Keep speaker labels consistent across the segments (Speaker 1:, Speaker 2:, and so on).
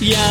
Speaker 1: 屋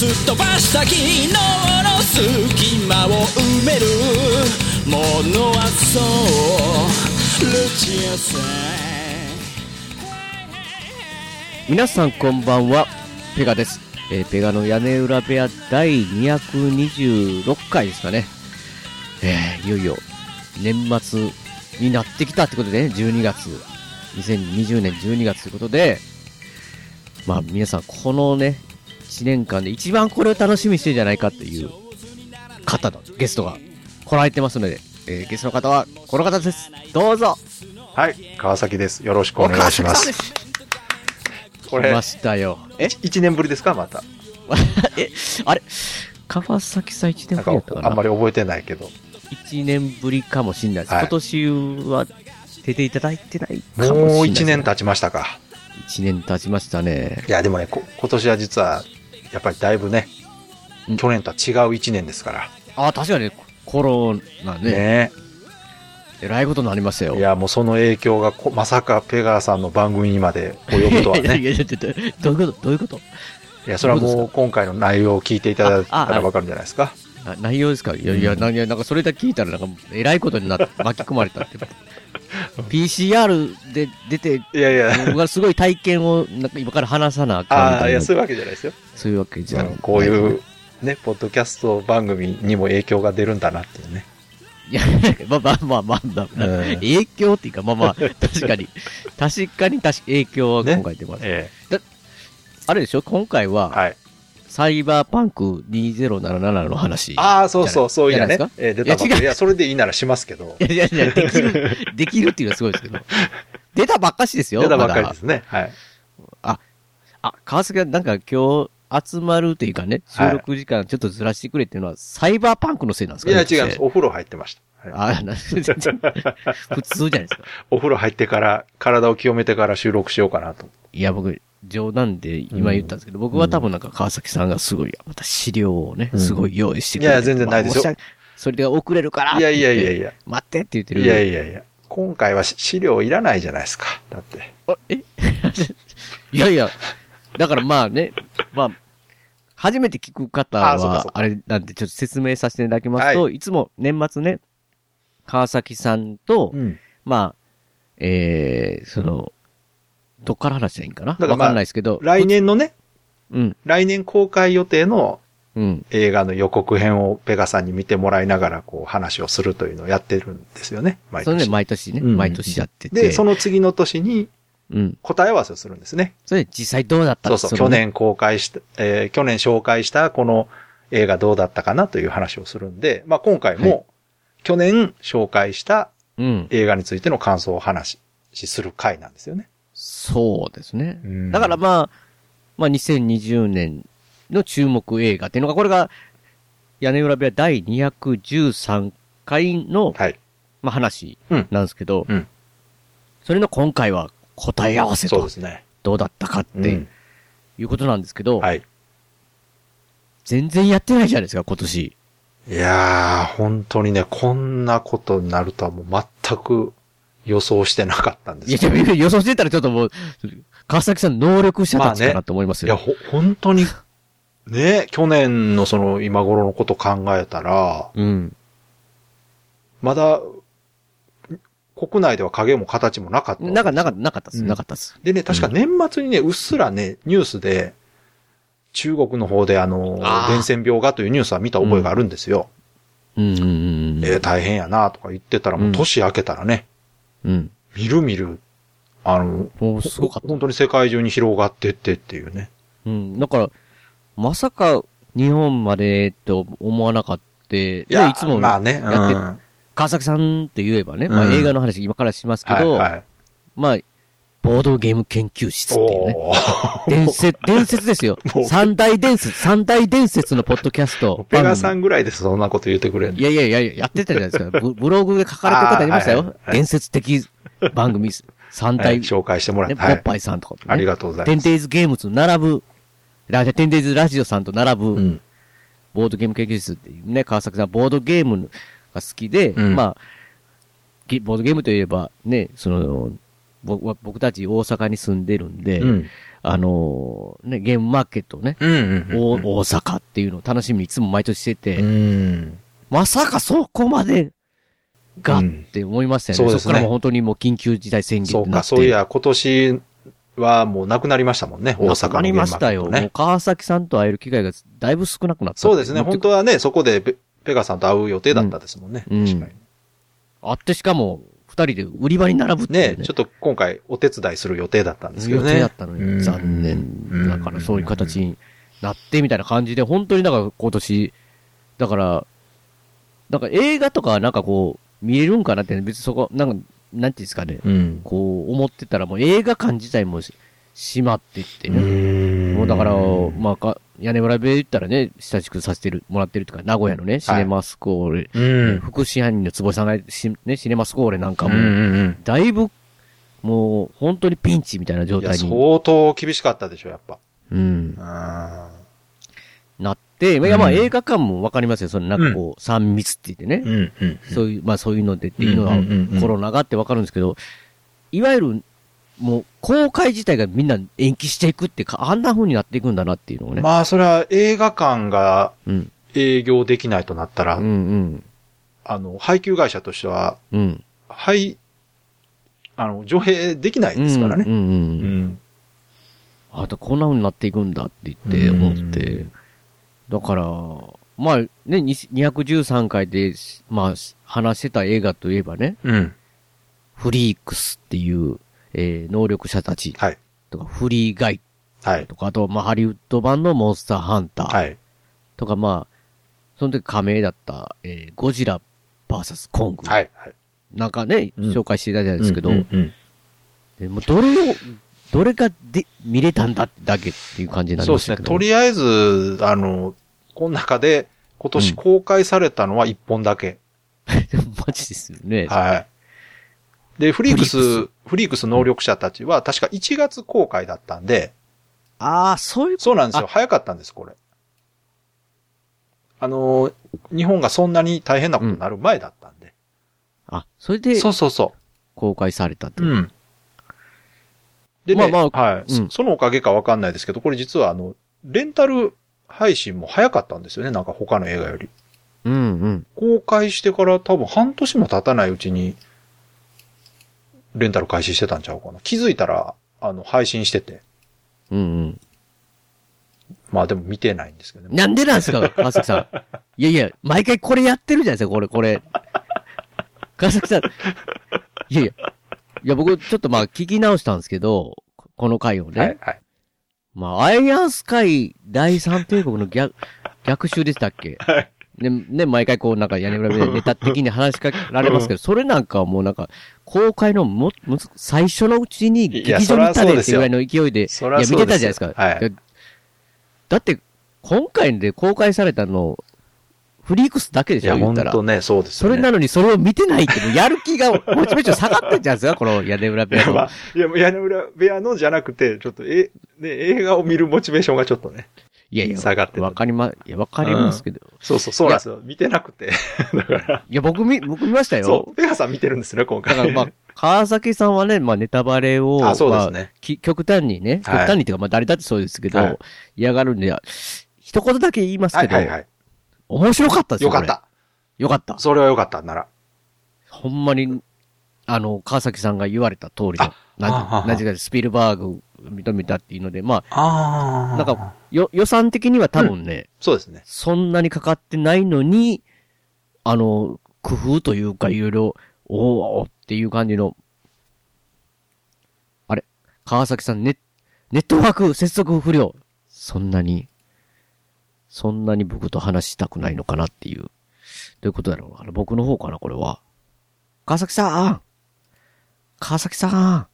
Speaker 1: すっ飛ばした昨日の隙間を埋めるものはそうルチアさん
Speaker 2: 皆さんこんばんはペガです、えーペガの屋根裏部屋第226回ですかねえーいよいよ年末になってきたってことでね12月2020年12月ということでまあ皆さんこのね1年間で一番これを楽しみにしてるんじゃないかっていう方のゲストが来られてますので、えーゲストの方はこの方ですどうぞ
Speaker 3: はい、川崎です。よろしくお願いしま
Speaker 2: 川崎さん
Speaker 3: す。
Speaker 2: です
Speaker 3: こ
Speaker 2: 来
Speaker 3: れ
Speaker 2: ま、したよ
Speaker 3: え ?1 年ぶりですかまた。
Speaker 2: え、あれ川崎さん1年ぶ
Speaker 3: なんか
Speaker 2: りやったかな
Speaker 3: あんまり覚えてないけど。
Speaker 2: 1年ぶりかもしんないです。
Speaker 3: はい
Speaker 2: 今年は出ていただいてないかもしんない
Speaker 3: もう1年経ちましたか。
Speaker 2: 1年経ちましたね。
Speaker 3: いや、でもね、こ今年は実は、やっぱりだいぶね
Speaker 2: うん、
Speaker 3: 去年とは違う1年ですから。
Speaker 2: あ、確かにコロナね、
Speaker 3: ね
Speaker 2: えらいことになりましたよ。
Speaker 3: いや、もうその影響がこ、まさかペガーさんの番組にまで及ぶ とは い
Speaker 2: やい
Speaker 3: ね。
Speaker 2: やいやいやいやどういうことどういうこと
Speaker 3: いや、それはもう今回の内容を聞いていただいた
Speaker 2: ああ
Speaker 3: らわかるんじゃないですか。
Speaker 2: あ内容ですかいやいや、
Speaker 3: うん
Speaker 2: なんやなんかそれだけ聞いたら、なんか、えらいことになって、 巻き込まれたって。PCR で出て、
Speaker 3: いやいや、
Speaker 2: 僕はすごい体験を、なんか今から話さなあかんみ
Speaker 3: ああ、
Speaker 2: た
Speaker 3: い
Speaker 2: い
Speaker 3: や、
Speaker 2: な。
Speaker 3: そういうわけじゃないですよ。
Speaker 2: そういうわけじゃ
Speaker 3: うんこういう、ね、ポッドキャスト番組にも影響が出るんだなっていうね。
Speaker 2: いや、まあまあまあまあまあ、まあ
Speaker 3: うん
Speaker 2: 影響っていうか、まあまあ、確かに、確かに確か影響は今回出ます。
Speaker 3: え
Speaker 2: あれでしょ今回
Speaker 3: え
Speaker 2: は、
Speaker 3: はい。
Speaker 2: サイバーパンク2077の話。
Speaker 3: ああ、そうそう、そういやね
Speaker 2: じゃない。
Speaker 3: えー出たばっ
Speaker 2: いや違
Speaker 3: か
Speaker 2: う
Speaker 3: り。いや、それでいいならしますけど。
Speaker 2: いやいやいや、できる、できるっていうのはすごいですけど。出たばっかしですよ。
Speaker 3: 出たばっかりで
Speaker 2: ます
Speaker 3: ね。はい。
Speaker 2: だあ、川崎はなんか今日、集まるというかね、収録時間ちょっとずらしてくれっていうのは、サイバーパンクのせいなんです
Speaker 3: い
Speaker 2: か
Speaker 3: や、
Speaker 2: ね
Speaker 3: 違います。。お風呂入ってました。はい
Speaker 2: あ、なん普通じ ゃないですか。
Speaker 3: お風呂入ってから、体を清めてから収録しようかなと。
Speaker 2: いや、僕、冗談で今言ったんですけど、僕は多分なんか川崎さんがすごい、また資料をね、
Speaker 3: うん
Speaker 2: すごい用意してくれて。
Speaker 3: いや全然ないですよ
Speaker 2: まあ申し訳それで遅れるから
Speaker 3: いやいやい
Speaker 2: って
Speaker 3: やい
Speaker 2: 言って
Speaker 3: や。
Speaker 2: 待ってって言ってる。
Speaker 3: いやいやいや。今回はし資料いらないじゃないですか。だって。
Speaker 2: あえいやいや。だからまあね、まあ、初めて聞く方
Speaker 3: あそうかそう
Speaker 2: は、
Speaker 3: か
Speaker 2: あれなんでちょっと説明させていただきますと、、
Speaker 3: はい
Speaker 2: つも年末ね、川崎さんと、
Speaker 3: うん。
Speaker 2: まあ、えー、その、どっから話したらいいんかなわ
Speaker 3: から
Speaker 2: か,、
Speaker 3: まあ
Speaker 2: んないですけど。
Speaker 3: 来。年のね、
Speaker 2: うん、
Speaker 3: 来年公開予定の
Speaker 2: うん。
Speaker 3: 映画の予告編をペガさんに見てもらいながら、こう、話をするというのをやってるんですよね。毎
Speaker 2: それね、
Speaker 3: 年。
Speaker 2: 毎年ね、
Speaker 3: うん
Speaker 2: 毎年やってて。
Speaker 3: で、その次の年に
Speaker 2: うん。
Speaker 3: 答え合わせをするんですね。
Speaker 2: それで実際どうだった
Speaker 3: そうそう、
Speaker 2: の
Speaker 3: 去年公開した、えー去年紹介したこの映画どうだったかなという話をするんで、まあ今回
Speaker 2: は
Speaker 3: も、去年紹介した
Speaker 2: うん。
Speaker 3: 映画についての感想を話しする回なんですよね。
Speaker 2: そうですね
Speaker 3: う。ん
Speaker 2: だから、まあ、まあ2020年の注目映画っていうのが、これが屋根裏部屋第213回の、
Speaker 3: はい。
Speaker 2: まあ、話
Speaker 3: うん
Speaker 2: なんですけど、
Speaker 3: うん
Speaker 2: それの今回は答え合わせ
Speaker 3: そう
Speaker 2: と
Speaker 3: ですね。
Speaker 2: どうだったかっ
Speaker 3: う
Speaker 2: て
Speaker 3: ん
Speaker 2: いうことなんですけど、
Speaker 3: はい。
Speaker 2: 全然やってないじゃないですか、今年。
Speaker 3: いやー、本当にね、こんなことになるとはもう全く予想してなかったんで
Speaker 2: いや、
Speaker 3: す
Speaker 2: で
Speaker 3: よ。
Speaker 2: も予想してたらちょっともう、川崎さん能力者たちか
Speaker 3: まあ
Speaker 2: な
Speaker 3: ね
Speaker 2: と思います
Speaker 3: い
Speaker 2: よ。
Speaker 3: や、ほ、本当に、ね、去年のその今頃のこと考えたら、
Speaker 2: うん。
Speaker 3: まだ、国内では影も形もなかったわけです
Speaker 2: な
Speaker 3: よ。
Speaker 2: んか、なかなかったっす、
Speaker 3: うん
Speaker 2: なかったっす。
Speaker 3: でね、確か年末にね、うっすらね、ニュースで、中国の方であの
Speaker 2: あ、ー
Speaker 3: 伝染病がというニュースは見た覚えがあるんですよ。
Speaker 2: うんうんうん
Speaker 3: えー大変やなとか言ってたら、も
Speaker 2: うん
Speaker 3: う年明けたらね、
Speaker 2: うん。うん。
Speaker 3: みるみる、あの、
Speaker 2: もうすごかった
Speaker 3: ほ。本当に世界中に広がってってっていうね。
Speaker 2: うん。だから、まさか日本までと思わなかった。で、
Speaker 3: いや、
Speaker 2: いつも、
Speaker 3: まあね、
Speaker 2: やって
Speaker 3: うん
Speaker 2: 川崎さんって言えばね、ま
Speaker 3: う
Speaker 2: あ
Speaker 3: ん
Speaker 2: 映画の話今からしますけ
Speaker 3: はい
Speaker 2: ど、
Speaker 3: はい。
Speaker 2: まあ、ボードゲーム研究室っていうね。
Speaker 3: おー
Speaker 2: 伝 説、伝説ですよ
Speaker 3: も。う
Speaker 2: 三大伝説、三大伝説のポッドキャス ト。
Speaker 3: ペガさ
Speaker 2: 番組
Speaker 3: んぐらいです、そんなこと言ってくれんの
Speaker 2: いやいやいや、やってたじゃないですか。ブブログで書かれてる方いました
Speaker 3: あーはい
Speaker 2: よ
Speaker 3: はい。はい
Speaker 2: 伝説的番組、三
Speaker 3: はい
Speaker 2: 大、ね、
Speaker 3: 紹介してもらっ
Speaker 2: ポ
Speaker 3: て、は
Speaker 2: ッ
Speaker 3: い。
Speaker 2: パイさんとかとね。
Speaker 3: ありがとうござい
Speaker 2: テン
Speaker 3: ます。
Speaker 2: デイズゲームズ並ぶ、ラジテンデイズラジオさんと並ぶ、
Speaker 3: うん。
Speaker 2: ボードゲーム研究室っていうね、川崎さん、ボードゲームが好きで、
Speaker 3: うん
Speaker 2: まあ、ゲボードゲームといえば、ね、その、ぼ僕たち大阪に住んでるんで、
Speaker 3: うん。
Speaker 2: あのーね、ゲームマーケットをね、
Speaker 3: うんうんうん。
Speaker 2: お大阪っていうのを楽しみにいつも毎年してて、
Speaker 3: うん。
Speaker 2: まさかそこまでが
Speaker 3: う
Speaker 2: っ
Speaker 3: ん
Speaker 2: て思いましたよね。
Speaker 3: そう
Speaker 2: そこ
Speaker 3: ですね
Speaker 2: からもう本当にもう緊急事態宣言
Speaker 3: そ
Speaker 2: に
Speaker 3: う
Speaker 2: な
Speaker 3: か、
Speaker 2: って。
Speaker 3: そういや、今年はもうなくなりましたもんね、大
Speaker 2: なく
Speaker 3: 阪
Speaker 2: なり
Speaker 3: のゲームマ
Speaker 2: ま
Speaker 3: ーケ
Speaker 2: し
Speaker 3: ット
Speaker 2: たよ。も
Speaker 3: ね
Speaker 2: う。川崎さんと会える機会がだいぶ少なくなった。
Speaker 3: そうですね、本当はね、そこでペペガさんと会う予定だったですもんね。
Speaker 2: うん
Speaker 3: 確かに。
Speaker 2: あってしかも、二人で売り場に並ぶっていう
Speaker 3: ね、ちょっと今回お手伝いする予定だったんですけど
Speaker 2: 予
Speaker 3: ね。
Speaker 2: 定だったの
Speaker 3: う
Speaker 2: に、
Speaker 3: ん
Speaker 2: 残念。だからそういう形
Speaker 3: ん
Speaker 2: になってみたいな感じで、本当になんか今年、だから、なんか映画とかなんかこう、見えるんかなって、別にそこ、なんか、なんていうんですかね、
Speaker 3: うん。
Speaker 2: こう思ってたらもう映画館自体もし閉まってって
Speaker 3: う
Speaker 2: ね。
Speaker 3: ん
Speaker 2: もうだから、まあか、屋根裏部屋言ったらね、親しくさせてる、もらってるとか、名古屋のね、シネマスコーレ、
Speaker 3: うん。
Speaker 2: 福祉犯人の坪さんがし、ね、シネマスコーレなんか
Speaker 3: うん
Speaker 2: も、
Speaker 3: うん
Speaker 2: だいぶ、もう、本当にピンチみたいな
Speaker 3: う
Speaker 2: 状
Speaker 3: ん。いや、
Speaker 2: 態に、
Speaker 3: 相当厳しかったでしょ、やっぱ。
Speaker 2: うん、
Speaker 3: あ
Speaker 2: なって、いや、まあ、
Speaker 3: うん
Speaker 2: 映画館もわかりますよ。その、なんかこう、三密って言って
Speaker 3: ー
Speaker 2: ね、
Speaker 3: うんうん。
Speaker 2: そういう、まあ、そういうのでっていうのは
Speaker 3: うんうんうんう、ん
Speaker 2: コロナがあってわかるんですけど、いわゆる、もう、公開自体がみんな延期していくっていうか、あんな風になっていくんだなっていうのをね。
Speaker 3: まあ、それは映画館が
Speaker 2: うん。
Speaker 3: 営業できないとなったら、
Speaker 2: うんうん。
Speaker 3: あの、配給会社としては、
Speaker 2: うん。
Speaker 3: はい、あの、上映できないですから
Speaker 2: うん
Speaker 3: ね。
Speaker 2: うんうん
Speaker 3: う
Speaker 2: うん。
Speaker 3: ん。
Speaker 2: あと、こんな風になっていくんだって言って、思っ
Speaker 3: う
Speaker 2: て。だから、まあ、ね、に213回で、まあ、話してた映画といえばね、
Speaker 3: うん。
Speaker 2: フリークスっていう、えー能力者たち
Speaker 3: はい。
Speaker 2: とか、フリーガイ
Speaker 3: はい。
Speaker 2: とか、あと、まあ、ハリウッド版のモンスターハンター
Speaker 3: はい。
Speaker 2: とか、まあ、その時加盟だった、えーゴジラ VS コング
Speaker 3: はい。はい。
Speaker 2: なんかね、
Speaker 3: うん
Speaker 2: 紹介していただいたんですけど、
Speaker 3: うんうん
Speaker 2: でもうどれを、どれがで見れたんだだけっていう感じになり
Speaker 3: そう
Speaker 2: まし
Speaker 3: です
Speaker 2: た
Speaker 3: ね。
Speaker 2: けど。
Speaker 3: とりあえず、あの、この中で、今年公開されたのは1本だけ。
Speaker 2: マジですよね。
Speaker 3: はい。で、フリークス、
Speaker 2: フリー
Speaker 3: フリークス能力者たちは確か1月公開だったんで、
Speaker 2: ああ、そういうこ
Speaker 3: そうなんですよ。早かったんです、これ。あの、日本がそんなに大変なことになる前だったんで。
Speaker 2: と。あ、それで
Speaker 3: そうそうそ
Speaker 2: 公開されたって
Speaker 3: う。
Speaker 2: こと。
Speaker 3: ん。でね、
Speaker 2: まあま
Speaker 3: はい、
Speaker 2: うん
Speaker 3: そそのおかげかわかんないですけど、これ実はあの、レンタル配信も早かったんですよね、なんか他の映画より。
Speaker 2: うんうん。
Speaker 3: 公開してから多分半年も経たないうちに、レンタル開始してたんちゃうかな。気づいたら、あの、配信してて。
Speaker 2: うんうん。
Speaker 3: まあでも見てないんですけどね。
Speaker 2: なんでなんですか、川崎さん。いやいや、毎回これやってるじゃないですか、これ、これ。川崎さん。いやいや。いや、僕、ちょっとまあ、聞き直したんですけど、ここの回をね。
Speaker 3: はい、はい。
Speaker 2: まあ、アイアンスカイ第三帝国の逆、 逆襲でしたっけ
Speaker 3: はい
Speaker 2: ね、ね、毎回こう、なんか屋根裏でネタ的に話しかけられますけど、それなんかはもうなんか、公開のも、むず最初のうちに
Speaker 3: い
Speaker 2: 劇
Speaker 3: や
Speaker 2: 場に行った
Speaker 3: そりゃ
Speaker 2: ね
Speaker 3: そうで
Speaker 2: って
Speaker 3: す
Speaker 2: いう
Speaker 3: よ
Speaker 2: ぐらいの勢いで、
Speaker 3: そりゃ
Speaker 2: いや、見
Speaker 3: そう
Speaker 2: て
Speaker 3: で
Speaker 2: た
Speaker 3: す
Speaker 2: じゃない
Speaker 3: よ
Speaker 2: ですか。
Speaker 3: はい
Speaker 2: やだって、今回で公開されたの、フリークスだけで
Speaker 3: い
Speaker 2: しょ、
Speaker 3: や、
Speaker 2: 言
Speaker 3: ほ
Speaker 2: っ
Speaker 3: ん
Speaker 2: たら。
Speaker 3: とね、そうです
Speaker 2: そ
Speaker 3: よね。
Speaker 2: れなのにそれを見てないって、もうやる気が、もちもち下がってんじゃないですか、この屋根裏部
Speaker 3: い
Speaker 2: 屋
Speaker 3: や、ま
Speaker 2: の
Speaker 3: あ。、いや、屋根裏部屋のじゃなくて、ちょっと、え、ね、映画を見るモチベーションがちょっとね。
Speaker 2: いやいや、
Speaker 3: 下がってた
Speaker 2: わかりま、いや、わかりますけど。
Speaker 3: そうそう、そうなんですよ。見てなくて。だから、
Speaker 2: いや、僕見、僕見ましたよ
Speaker 3: そ。う、ペガさん見てるんですね、今
Speaker 2: だ
Speaker 3: 回。
Speaker 2: からまあ、川崎さんはね、まあネタバレを、
Speaker 3: あそうですね
Speaker 2: まあき極端にね、極
Speaker 3: はい
Speaker 2: 端にっていうか、まあ誰だってそうですけど、
Speaker 3: はい
Speaker 2: 嫌がるんで、一言だけ言います
Speaker 3: は
Speaker 2: け
Speaker 3: い
Speaker 2: ど、
Speaker 3: はいはい。
Speaker 2: 面白かったですよ。
Speaker 3: よかっ
Speaker 2: こ
Speaker 3: た。
Speaker 2: れ。よかった。
Speaker 3: それはよかった、なら。
Speaker 2: ほんまに、あの、川崎さんが言われた通りの
Speaker 3: あ、はあは
Speaker 2: な
Speaker 3: あ
Speaker 2: なぜかスピルバーグ認めたっていうので、ま
Speaker 3: あ
Speaker 2: あ、なんか、、よ、予算的には多分ね、
Speaker 3: そうですね。
Speaker 2: そんなにかかってないのに、あの、工夫というか、いろいろ、おおっていう感じの、あれ、川崎さん、ネネットワーク接続不良。そんなに、そんなに僕と話したくないのかなっていう。どういうことだろうあの僕の方かな、これは。川崎さん川崎さん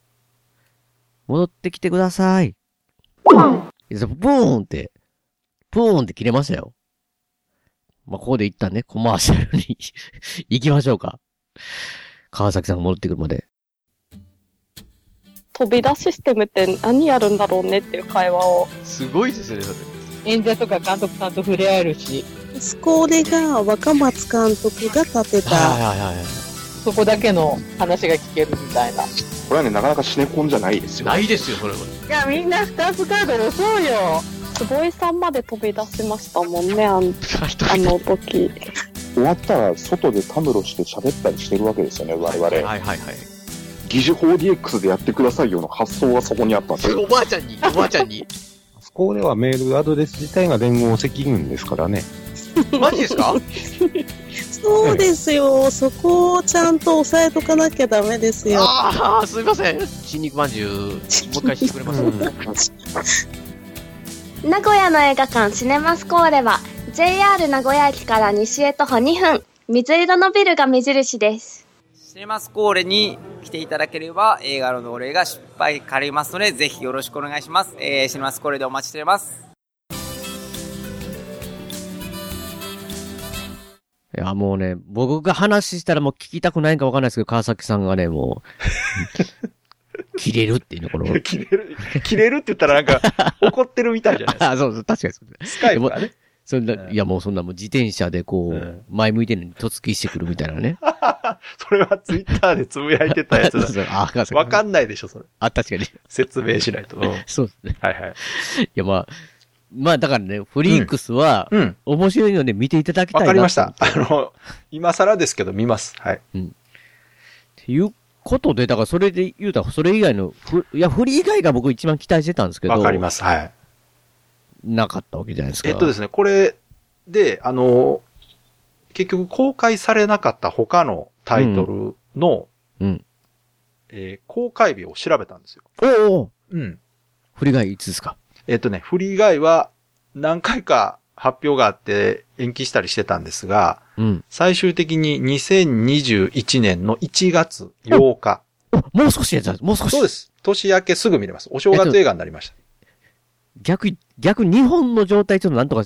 Speaker 2: 戻ってきてください。いやブーンって、ブーンって切れましたよ。まあ、ここで一旦ね、コマーシャルに 行きましょうか。川崎さんが戻ってくるまで。
Speaker 4: 飛び出システムって何やるんだろうねっていう会話を
Speaker 5: すごいですね、だって。
Speaker 6: 演者とか監督さんと触れ合えるし、
Speaker 7: スコーレが若松監督が建てた、
Speaker 2: はいはいはい。
Speaker 6: そこだけの話が聞けるみたいな。い
Speaker 8: これはね、なかなかシネコンじゃないですよ。
Speaker 5: ないですよ、それは。
Speaker 6: や、みんな2つカード押そうよ。
Speaker 4: 坪井さんまで飛び出しましたもんねあんあの時
Speaker 8: 終わったら、外でたむろして喋ったりしてるわけですよね、我々。
Speaker 5: はいはいはい。
Speaker 8: 疑似 4DX でやってくださいよの発想はそこにあったんです
Speaker 5: それ
Speaker 8: よ。
Speaker 5: おばあちゃんに、おばあちゃんに。
Speaker 9: そこではメールアドレス自体が連合赤軍ですからね。
Speaker 5: マジですか
Speaker 7: そうですよ、そこをちゃんと押さえとかなきゃダメですよ。
Speaker 5: ああ、すいません。新肉まんじゅう、もう一回してくれます
Speaker 9: うん
Speaker 10: 名古屋の映画館シネマスコーレは JR 名古屋駅から西へ徒歩2分水色のビルが目印です
Speaker 11: シネマスコーレに来ていただければ映画のお礼が失敗かりますのでぜひよろしくお願いします、えーシネマスコーレでお待ちしております
Speaker 2: いや、もうね、僕が話したらもう聞きたくないんかわかんないですけど、川崎さんがね、もう、切れるっていう ね、この。
Speaker 3: 切れる、切れるって言ったらなんか、 怒ってるみたいじゃないで
Speaker 2: あ、そうそう、確かにそう。
Speaker 3: すか。スカイプがね。
Speaker 2: そん
Speaker 3: う
Speaker 2: な、
Speaker 3: ん
Speaker 2: いやもうそんなもう自転車でこ
Speaker 3: うん
Speaker 2: う、前向いてるのに突撃してくるみたいなね。
Speaker 3: それはツイッターでつぶやいてたやつ だ。
Speaker 2: そうあ、川崎
Speaker 3: わかんないでしょ、それ。
Speaker 2: あ、確かに。
Speaker 3: 説明しないと。はい
Speaker 2: そうですね。
Speaker 3: はい。
Speaker 2: いや、まあ、まあだからね、フリークスは、
Speaker 3: うん。
Speaker 2: 面白いので見ていただきたい
Speaker 3: わ
Speaker 2: な。
Speaker 3: かりました。。あの、今更ですけど見ます。はい。
Speaker 2: っていうことで、だからそれで言うたら、それ以外の、ふいや、フリー以外が僕一番期待してたんですけど、
Speaker 3: わかります。はい。
Speaker 2: なかったわけじゃないですか。。
Speaker 3: えっとですすね、これで、あの、結局公開されなかった他のタイトルの、
Speaker 2: うん。
Speaker 3: えー公開日を調べたんですよ。
Speaker 2: おうおう
Speaker 3: うん。
Speaker 2: フリー以外いつですか
Speaker 3: えっとね、フリー以外は何回か発表があって延期したりしてたんですが、
Speaker 2: うん。
Speaker 3: 最終的に2021年の1月8日。
Speaker 2: おもう少しやつだもう少し。
Speaker 3: そうです。年明けすぐ見れます。お正月映画になりました。
Speaker 2: 逆、逆日本の状態ちょっとなんとか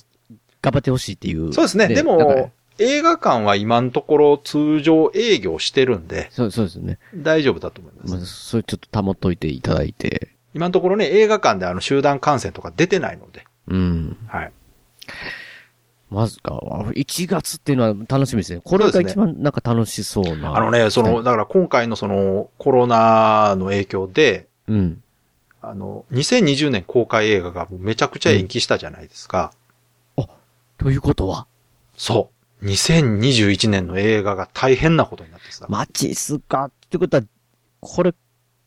Speaker 2: 頑張ってほしいっていう。
Speaker 3: そうですね。で
Speaker 2: だから
Speaker 3: も、映画館は今のところ通常営業してるんで、
Speaker 2: そう、そうですね。
Speaker 3: 大丈夫だと思います。
Speaker 2: まあ、それちょっと保っといていただいて。
Speaker 3: 今のところね、映画館であの集団感染とか出てないので、
Speaker 2: うん。
Speaker 3: はい。
Speaker 2: まずか、あ1月っていうのは楽しみですね。これ
Speaker 3: そ
Speaker 2: が
Speaker 3: うです
Speaker 2: 一番なんか楽しそうな。
Speaker 3: あのね、その、だから今回のそのコロナの影響で、
Speaker 2: うん。
Speaker 3: あの、2020年公開映画がもうめちゃくちゃ延期したじゃないですか。
Speaker 2: ということは、
Speaker 3: そう。2021年の映画が大変なことになってさ。
Speaker 2: マジっすかってことは、これ、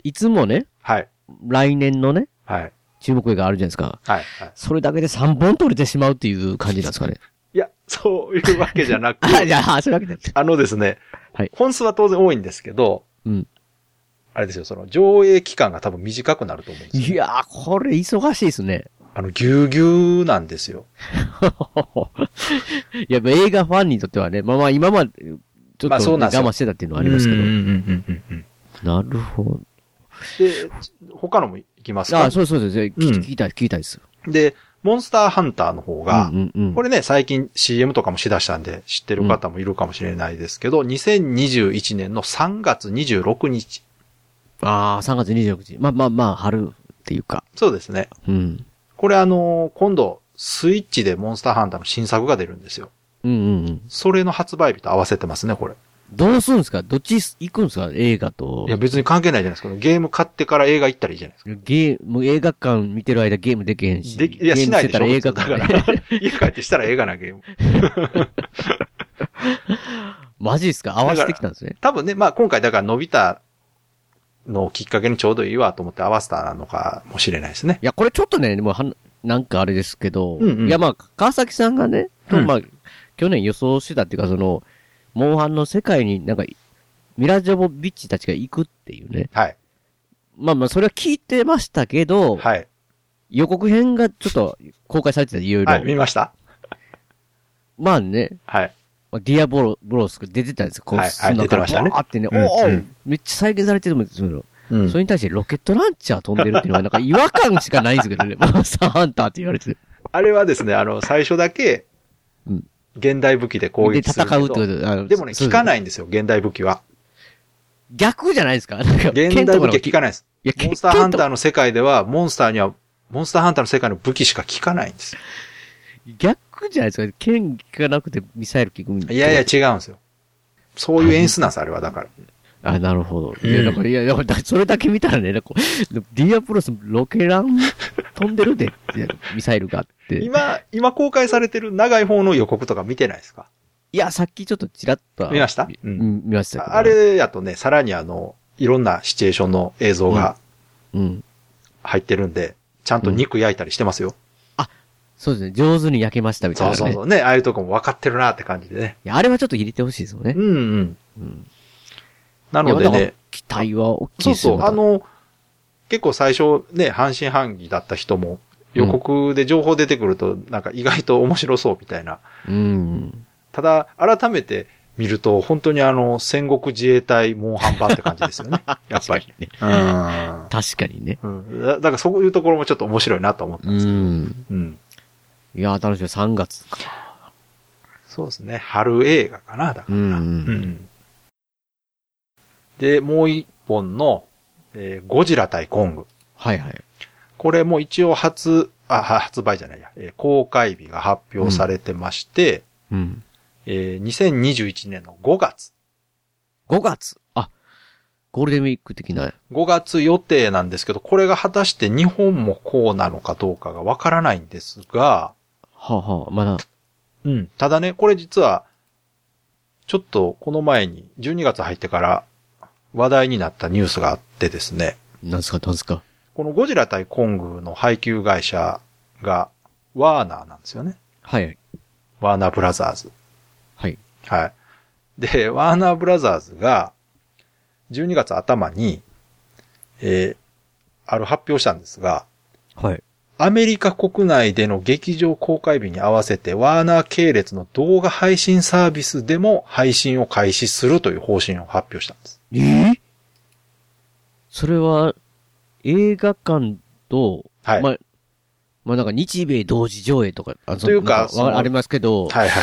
Speaker 2: いつもね、
Speaker 3: はい。
Speaker 2: 来年のね、
Speaker 3: はい。
Speaker 2: 注目映画あるじゃないですか。
Speaker 3: はい。はい。
Speaker 2: それだけで3本取れてしまうっていう感じなんですかね。
Speaker 3: いや、そう いうわけじゃなく、
Speaker 2: あ、いや、あそういうわけで。
Speaker 3: あのですね、
Speaker 2: はい
Speaker 3: 本数は当然多いんですけど、
Speaker 2: うん
Speaker 3: あれですよ、その上映期間が多分短くなると思うんですよ。
Speaker 2: いやー、これ忙しいですね。
Speaker 3: あの、ぎゅうぎゅうなんですよ。
Speaker 2: いや、まあ映画ファンにとってはね、まあまあ今まで、ちょっとね、
Speaker 3: まあそうなんですよ
Speaker 2: 我慢してたっていうのはありますけ
Speaker 3: うんう
Speaker 2: ど。
Speaker 3: んうんうんうん
Speaker 2: なるほど。
Speaker 3: で、他のもいきます
Speaker 2: あ
Speaker 3: か。
Speaker 2: そうそうです。聞き
Speaker 3: うん
Speaker 2: 聞きたい、聞きたいです。
Speaker 3: で、モンスターハンターの方が、
Speaker 2: うんうんうん
Speaker 3: これね、最近 CM とかもしだしたんで、知ってる方もいるかもしれないですけど、2021年の3月26日。
Speaker 2: ああ、3月26日。まあまあまあ、春っていうか。
Speaker 3: そうですね。
Speaker 2: うん。
Speaker 3: これあのー今度、スイッチでモンスターハンターの新作が出るんですよ。
Speaker 2: うんうんうん。
Speaker 3: それの発売日と合わせてますね、これ。
Speaker 2: どうするんですかどっち行くんですか映画と
Speaker 3: い。や、別に関係ないじゃないですか。ゲーム買ってから映画行ったらいいじゃないですか。
Speaker 2: ゲーム、映画館見てる間ゲームできへんし。
Speaker 3: できいや、
Speaker 2: ゲー
Speaker 3: し
Speaker 2: ム
Speaker 3: ない
Speaker 2: て
Speaker 3: でしたょ。
Speaker 2: ら映画
Speaker 3: だか
Speaker 2: 館
Speaker 3: ら
Speaker 2: ね。、
Speaker 3: 家帰ってしたら映画なゲーム。
Speaker 2: マジですか合わせてきたんですね。
Speaker 3: 多分ね、まあ今回だから伸びたのをきっかけにちょうどいいわと思って合わせたのかもしれないですね。
Speaker 2: いや、これちょっとね、もうはん、なんかあれですけど、
Speaker 3: うんうん
Speaker 2: いや、まあ、川崎さんがね、と
Speaker 3: うん
Speaker 2: まあ、去年予想してたっていうか、その、モンハンの世界になんか、ミラジョボビッチたちが行くっていうね。
Speaker 3: はい。
Speaker 2: まあまあ、それは聞いてましたけど、
Speaker 3: はい。
Speaker 2: 予告編がちょっと公開されてた、いろいろ。
Speaker 3: はい、見ました
Speaker 2: まあね、
Speaker 3: はい。
Speaker 2: まあディアボロ、ブロスク出てたんですよ。こう、
Speaker 3: はいはい
Speaker 2: 砂
Speaker 3: 出てましたね
Speaker 2: バーってね、
Speaker 3: うん
Speaker 2: おーおー
Speaker 3: うん
Speaker 2: めっちゃ再現されてるもんですよ。
Speaker 3: うん
Speaker 2: それに対してロケットランチャー飛んでるっていうのは、なんか違和感しかないんですけ どね。モンスターハンターって言われてる。
Speaker 3: あれはですね、あの、最初だけ、現代武器で攻
Speaker 2: で、
Speaker 3: 撃するけ
Speaker 2: 戦うってこと
Speaker 3: ど。
Speaker 2: であの
Speaker 3: でもね、
Speaker 2: そう
Speaker 3: 効かないんですよ、現代武器は。
Speaker 2: 逆じゃないですかなんか
Speaker 3: 現代武器は効かないです。
Speaker 2: いや、
Speaker 3: モンスターハンターの世界では、モンスターには、モンスターハンターの世界の武器しか効かないんですよ。
Speaker 2: 逆じゃないですか剣効かなくてミサイル効くみたい
Speaker 3: い
Speaker 2: な。
Speaker 3: やいや、違うんですよ。そういう演出なんです、あれは、だから。
Speaker 2: あ、なるほど。いや、だから、いや、だからそれだけ見たらね、なんか ディアプロスロケラン飛んでるでって、ミサイルがあって。い
Speaker 3: 今、今公開されてる長い方の予告とか見てないですか
Speaker 2: や、さっきちょっとちらっと。
Speaker 3: 見ました
Speaker 2: うんうん、見ましたけど
Speaker 3: あれやとね、さらにあの、いろんなシチュエーションの映像が
Speaker 2: うん。
Speaker 3: 入ってるんで、ちゃんと肉焼いたりしてますよ。
Speaker 2: そうですね。上手に焼けましたみたい
Speaker 3: そ
Speaker 2: な、
Speaker 3: う
Speaker 2: ね。
Speaker 3: そうそう。ね、ああいうとこも分かってるなって感じでね。
Speaker 2: いやあれはちょっと入れてほしいですよね。
Speaker 3: うんうん。ない
Speaker 2: や
Speaker 3: のでね、。
Speaker 2: 期待は大きい
Speaker 3: そう
Speaker 2: ですよ
Speaker 3: そう、あ、の、結構最初ね、半信半疑だった人も、予告で情報出てくると、なんか意外と面白そうみたいな。
Speaker 2: うん。
Speaker 3: ただ、改めて見ると、本当にあの、戦国自衛隊モンハン版って感じですよね。やっぱり。 うん
Speaker 2: 確かにね。
Speaker 3: うんだだからそういうところもちょっと面白いなと思った
Speaker 2: うん
Speaker 3: ですけど。
Speaker 2: ん。
Speaker 3: うん。
Speaker 2: いや、楽しみ。3月か。
Speaker 3: そうですね。春映画かな。だか
Speaker 2: うんう。
Speaker 3: らうんんで、もう一本の、えーゴジラ対コング。
Speaker 2: はいはい。
Speaker 3: これも一応発、あ、は発売じゃないや、えー公開日が発表されてまして、
Speaker 2: うん。
Speaker 3: えー2021年の5月。
Speaker 2: 5月。あ、ゴールデンウィーク的な。
Speaker 3: 5月予定なんですけど、これが果たして日本もこうなのかどうかがわからないんですが、
Speaker 2: はあ、はあ、まだ。
Speaker 3: うん。ただね、これ実は、ちょっとこの前に、12月入ってから話題になったニュースがあってですね、
Speaker 2: なんすか、なんすか。
Speaker 3: このゴジラ対コングの配給会社が、ワーナーなんですよね。
Speaker 2: はいはい。
Speaker 3: ワーナーブラザーズ。
Speaker 2: はい。
Speaker 3: はい。で、ワーナーブラザーズが、12月頭に、えーある発表したんですが、
Speaker 2: はい。
Speaker 3: アメリカ国内での劇場公開日に合わせて、ワーナー系列の動画配信サービスでも配信を開始するという方針を発表したんです。
Speaker 2: えーそれは、映画館と、
Speaker 3: はい
Speaker 2: まあ、まあなんか日米同時上映とか、あ
Speaker 3: というか
Speaker 2: なん
Speaker 3: その
Speaker 2: わありますけど、
Speaker 3: はいは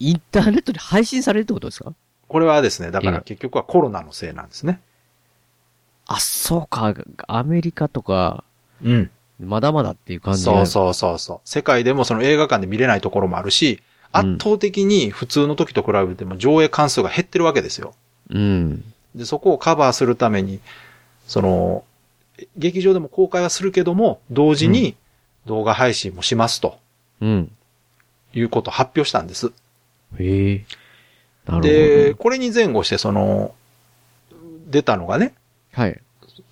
Speaker 3: い。
Speaker 2: インターネットで配信されるってことですか
Speaker 3: これはですね、だか
Speaker 2: え
Speaker 3: ら
Speaker 2: え
Speaker 3: 結局はコロナのせいなんですね。
Speaker 2: あ、そうか、アメリカとか、
Speaker 3: うん。
Speaker 2: まだまだっていう感じ
Speaker 3: そう
Speaker 2: う。
Speaker 3: そうそうそう。世界でもその映画館で見れないところもあるし、圧倒的に普通の時と比べても上映関数が減ってるわけですよ。
Speaker 2: うん。
Speaker 3: で、そこをカバーするために、その、劇場でも公開はするけども、同時に動画配信もしますと
Speaker 2: うん。
Speaker 3: いうことを発表したんです。
Speaker 2: へえ。な
Speaker 3: で、
Speaker 2: る
Speaker 3: これに前後して、その、出たのがね、
Speaker 2: ほど。はい。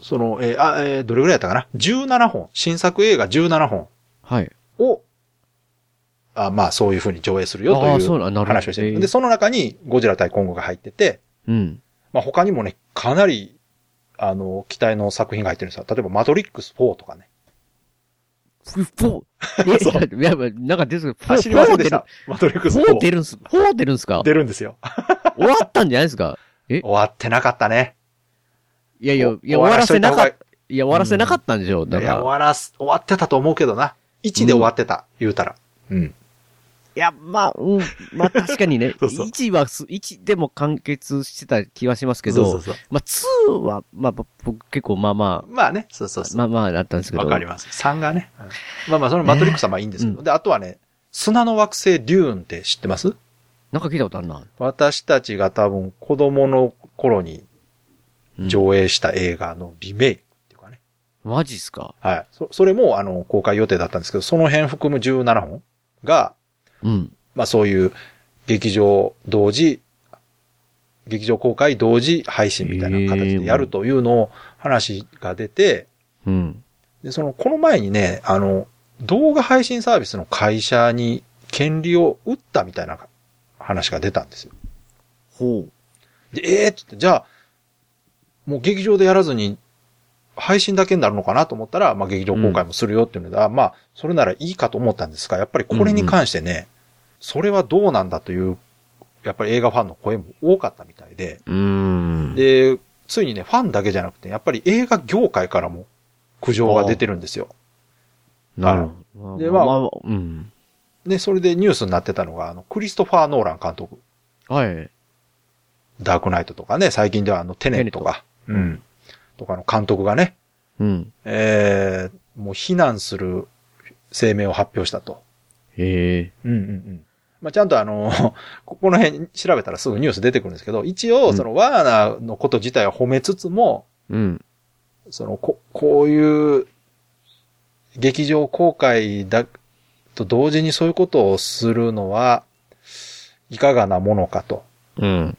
Speaker 3: その、えーあ、えーどれぐらいやったかな ?17 本、新作映画17本
Speaker 2: はい。
Speaker 3: を、あまあ、そういうふうに上映するよと
Speaker 2: あー
Speaker 3: い
Speaker 2: そう
Speaker 3: う
Speaker 2: なんなるほど
Speaker 3: 話をして
Speaker 2: え
Speaker 3: る。
Speaker 2: ー
Speaker 3: で、その中にゴジラ対コングが入ってて、
Speaker 2: うん。
Speaker 3: まあ、他にもね、かなり、あの、期待の作品が入ってるんですよ。例えば、マトリックス4とかね。
Speaker 2: フォー。え、いや、いやなんか出てる。フォ
Speaker 3: あ、
Speaker 2: ー
Speaker 3: 知りませんでし
Speaker 2: フォ
Speaker 3: た。マトリックス
Speaker 2: ー出
Speaker 3: 4。
Speaker 2: るんす。フォー出るんすか
Speaker 3: 出るんですよ。
Speaker 2: 終わったんじゃないですか
Speaker 3: 終わってなかったね。
Speaker 2: いやいや、いや、
Speaker 3: お
Speaker 2: 終わら
Speaker 3: しと
Speaker 2: せ
Speaker 3: いた
Speaker 2: な
Speaker 3: 方
Speaker 2: か
Speaker 3: が
Speaker 2: った。いや、終わらせなかったんでしょう。だ
Speaker 3: い
Speaker 2: か
Speaker 3: や、
Speaker 2: ら。
Speaker 3: 終わらす、終わってたと思うけどな。1で終わってた、言うたら。うん。
Speaker 2: いや、まあ、うん。 まあ、確かにね。
Speaker 3: そうそう
Speaker 2: 1はす、1でも完結してた気はしますけど、
Speaker 3: そうそうそう
Speaker 2: まあ、2は、まあ、僕結構まあま
Speaker 3: まあね、そうそう
Speaker 2: あ、
Speaker 3: そう。
Speaker 2: まあまあだったんですけど。
Speaker 3: わかります。3がね。うんまあまあ、そのマトリックスはまあいいんですけど。で、あとはね、砂の惑星デューンって知ってます
Speaker 2: なんか聞いたことあるな。
Speaker 3: 私たちが多分子供の頃に
Speaker 2: うん
Speaker 3: 上映した映画のリメイクっていうかね。
Speaker 2: マジっすか
Speaker 3: はい。そそれも、あの、公開予定だったんですけど、その辺含む17本が、
Speaker 2: うん。
Speaker 3: まあそういう劇場同時、劇場公開同時配信みたいな形でやるというのを話が出て、
Speaker 2: うん。
Speaker 3: で、その、この前にね、あの、動画配信サービスの会社に権利を売ったみたいな話が出たんですよ。
Speaker 2: ほう。
Speaker 3: で、ええー、って言って、じゃあ、もう劇場でやらずに、配信だけになるのかなと思ったら、まあ劇場公開もするよっていうので、あまあ、それならいいかと思ったんですが、やっぱりこれに関してね、それはどうなんだという、やっぱり映画ファンの声も多かったみたいで、
Speaker 2: うーん。
Speaker 3: で、ついにね、ファンだけじゃなくて、やっぱり映画業界からも苦情が出てるんですよ。
Speaker 2: なるほど。
Speaker 3: でまあ
Speaker 2: うん。
Speaker 3: で、それでニュースになってたのが、あの、クリストファー・ノーラン監督。
Speaker 2: はい。
Speaker 3: ダークナイトとかね、最近ではあの、テネットとか、うん。とかの監督がね、
Speaker 2: うん。
Speaker 3: えー、もう非難する声明を発表したと。
Speaker 2: へえ。
Speaker 3: うんうんうん。まあ、ちゃんとあの、 ここの辺調べたらすぐニュース出てくるんですけど、一応、その、ワーナーのこと自体は褒めつつも、
Speaker 2: うん。
Speaker 3: その、こ、こういう、劇場公開だ、と同時にそういうことをするのは、いかがなものかと。
Speaker 2: うん。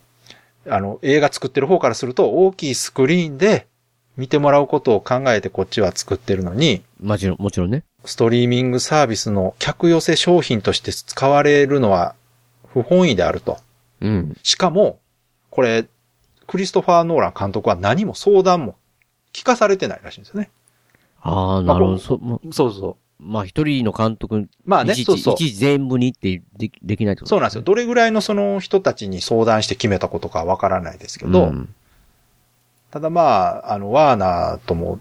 Speaker 3: あの、映画作ってる方からすると、大きいスクリーンで見てもらうことを考えてこっちは作ってるのに、
Speaker 2: もちろん、もちろんね。
Speaker 3: ストリーミングサービスの客寄せ商品として使われるのは不本意であると。
Speaker 2: うん。
Speaker 3: しかも、これ、クリストファー・ノーラン監督は何も相談も聞かされてないらしいんですよね。
Speaker 2: ああ、なるほど。そ、もう
Speaker 3: そうそう。
Speaker 2: まあ、一人の監督、
Speaker 3: まあね
Speaker 2: いちいち
Speaker 3: そうそう
Speaker 2: いちいち全部にってできできないってこと
Speaker 3: そうなんですよ。どれぐらいのその人たちに相談して決めたことかわからないですけ
Speaker 2: う
Speaker 3: ど、
Speaker 2: ん
Speaker 3: ただまあ、あの、ワーナーとも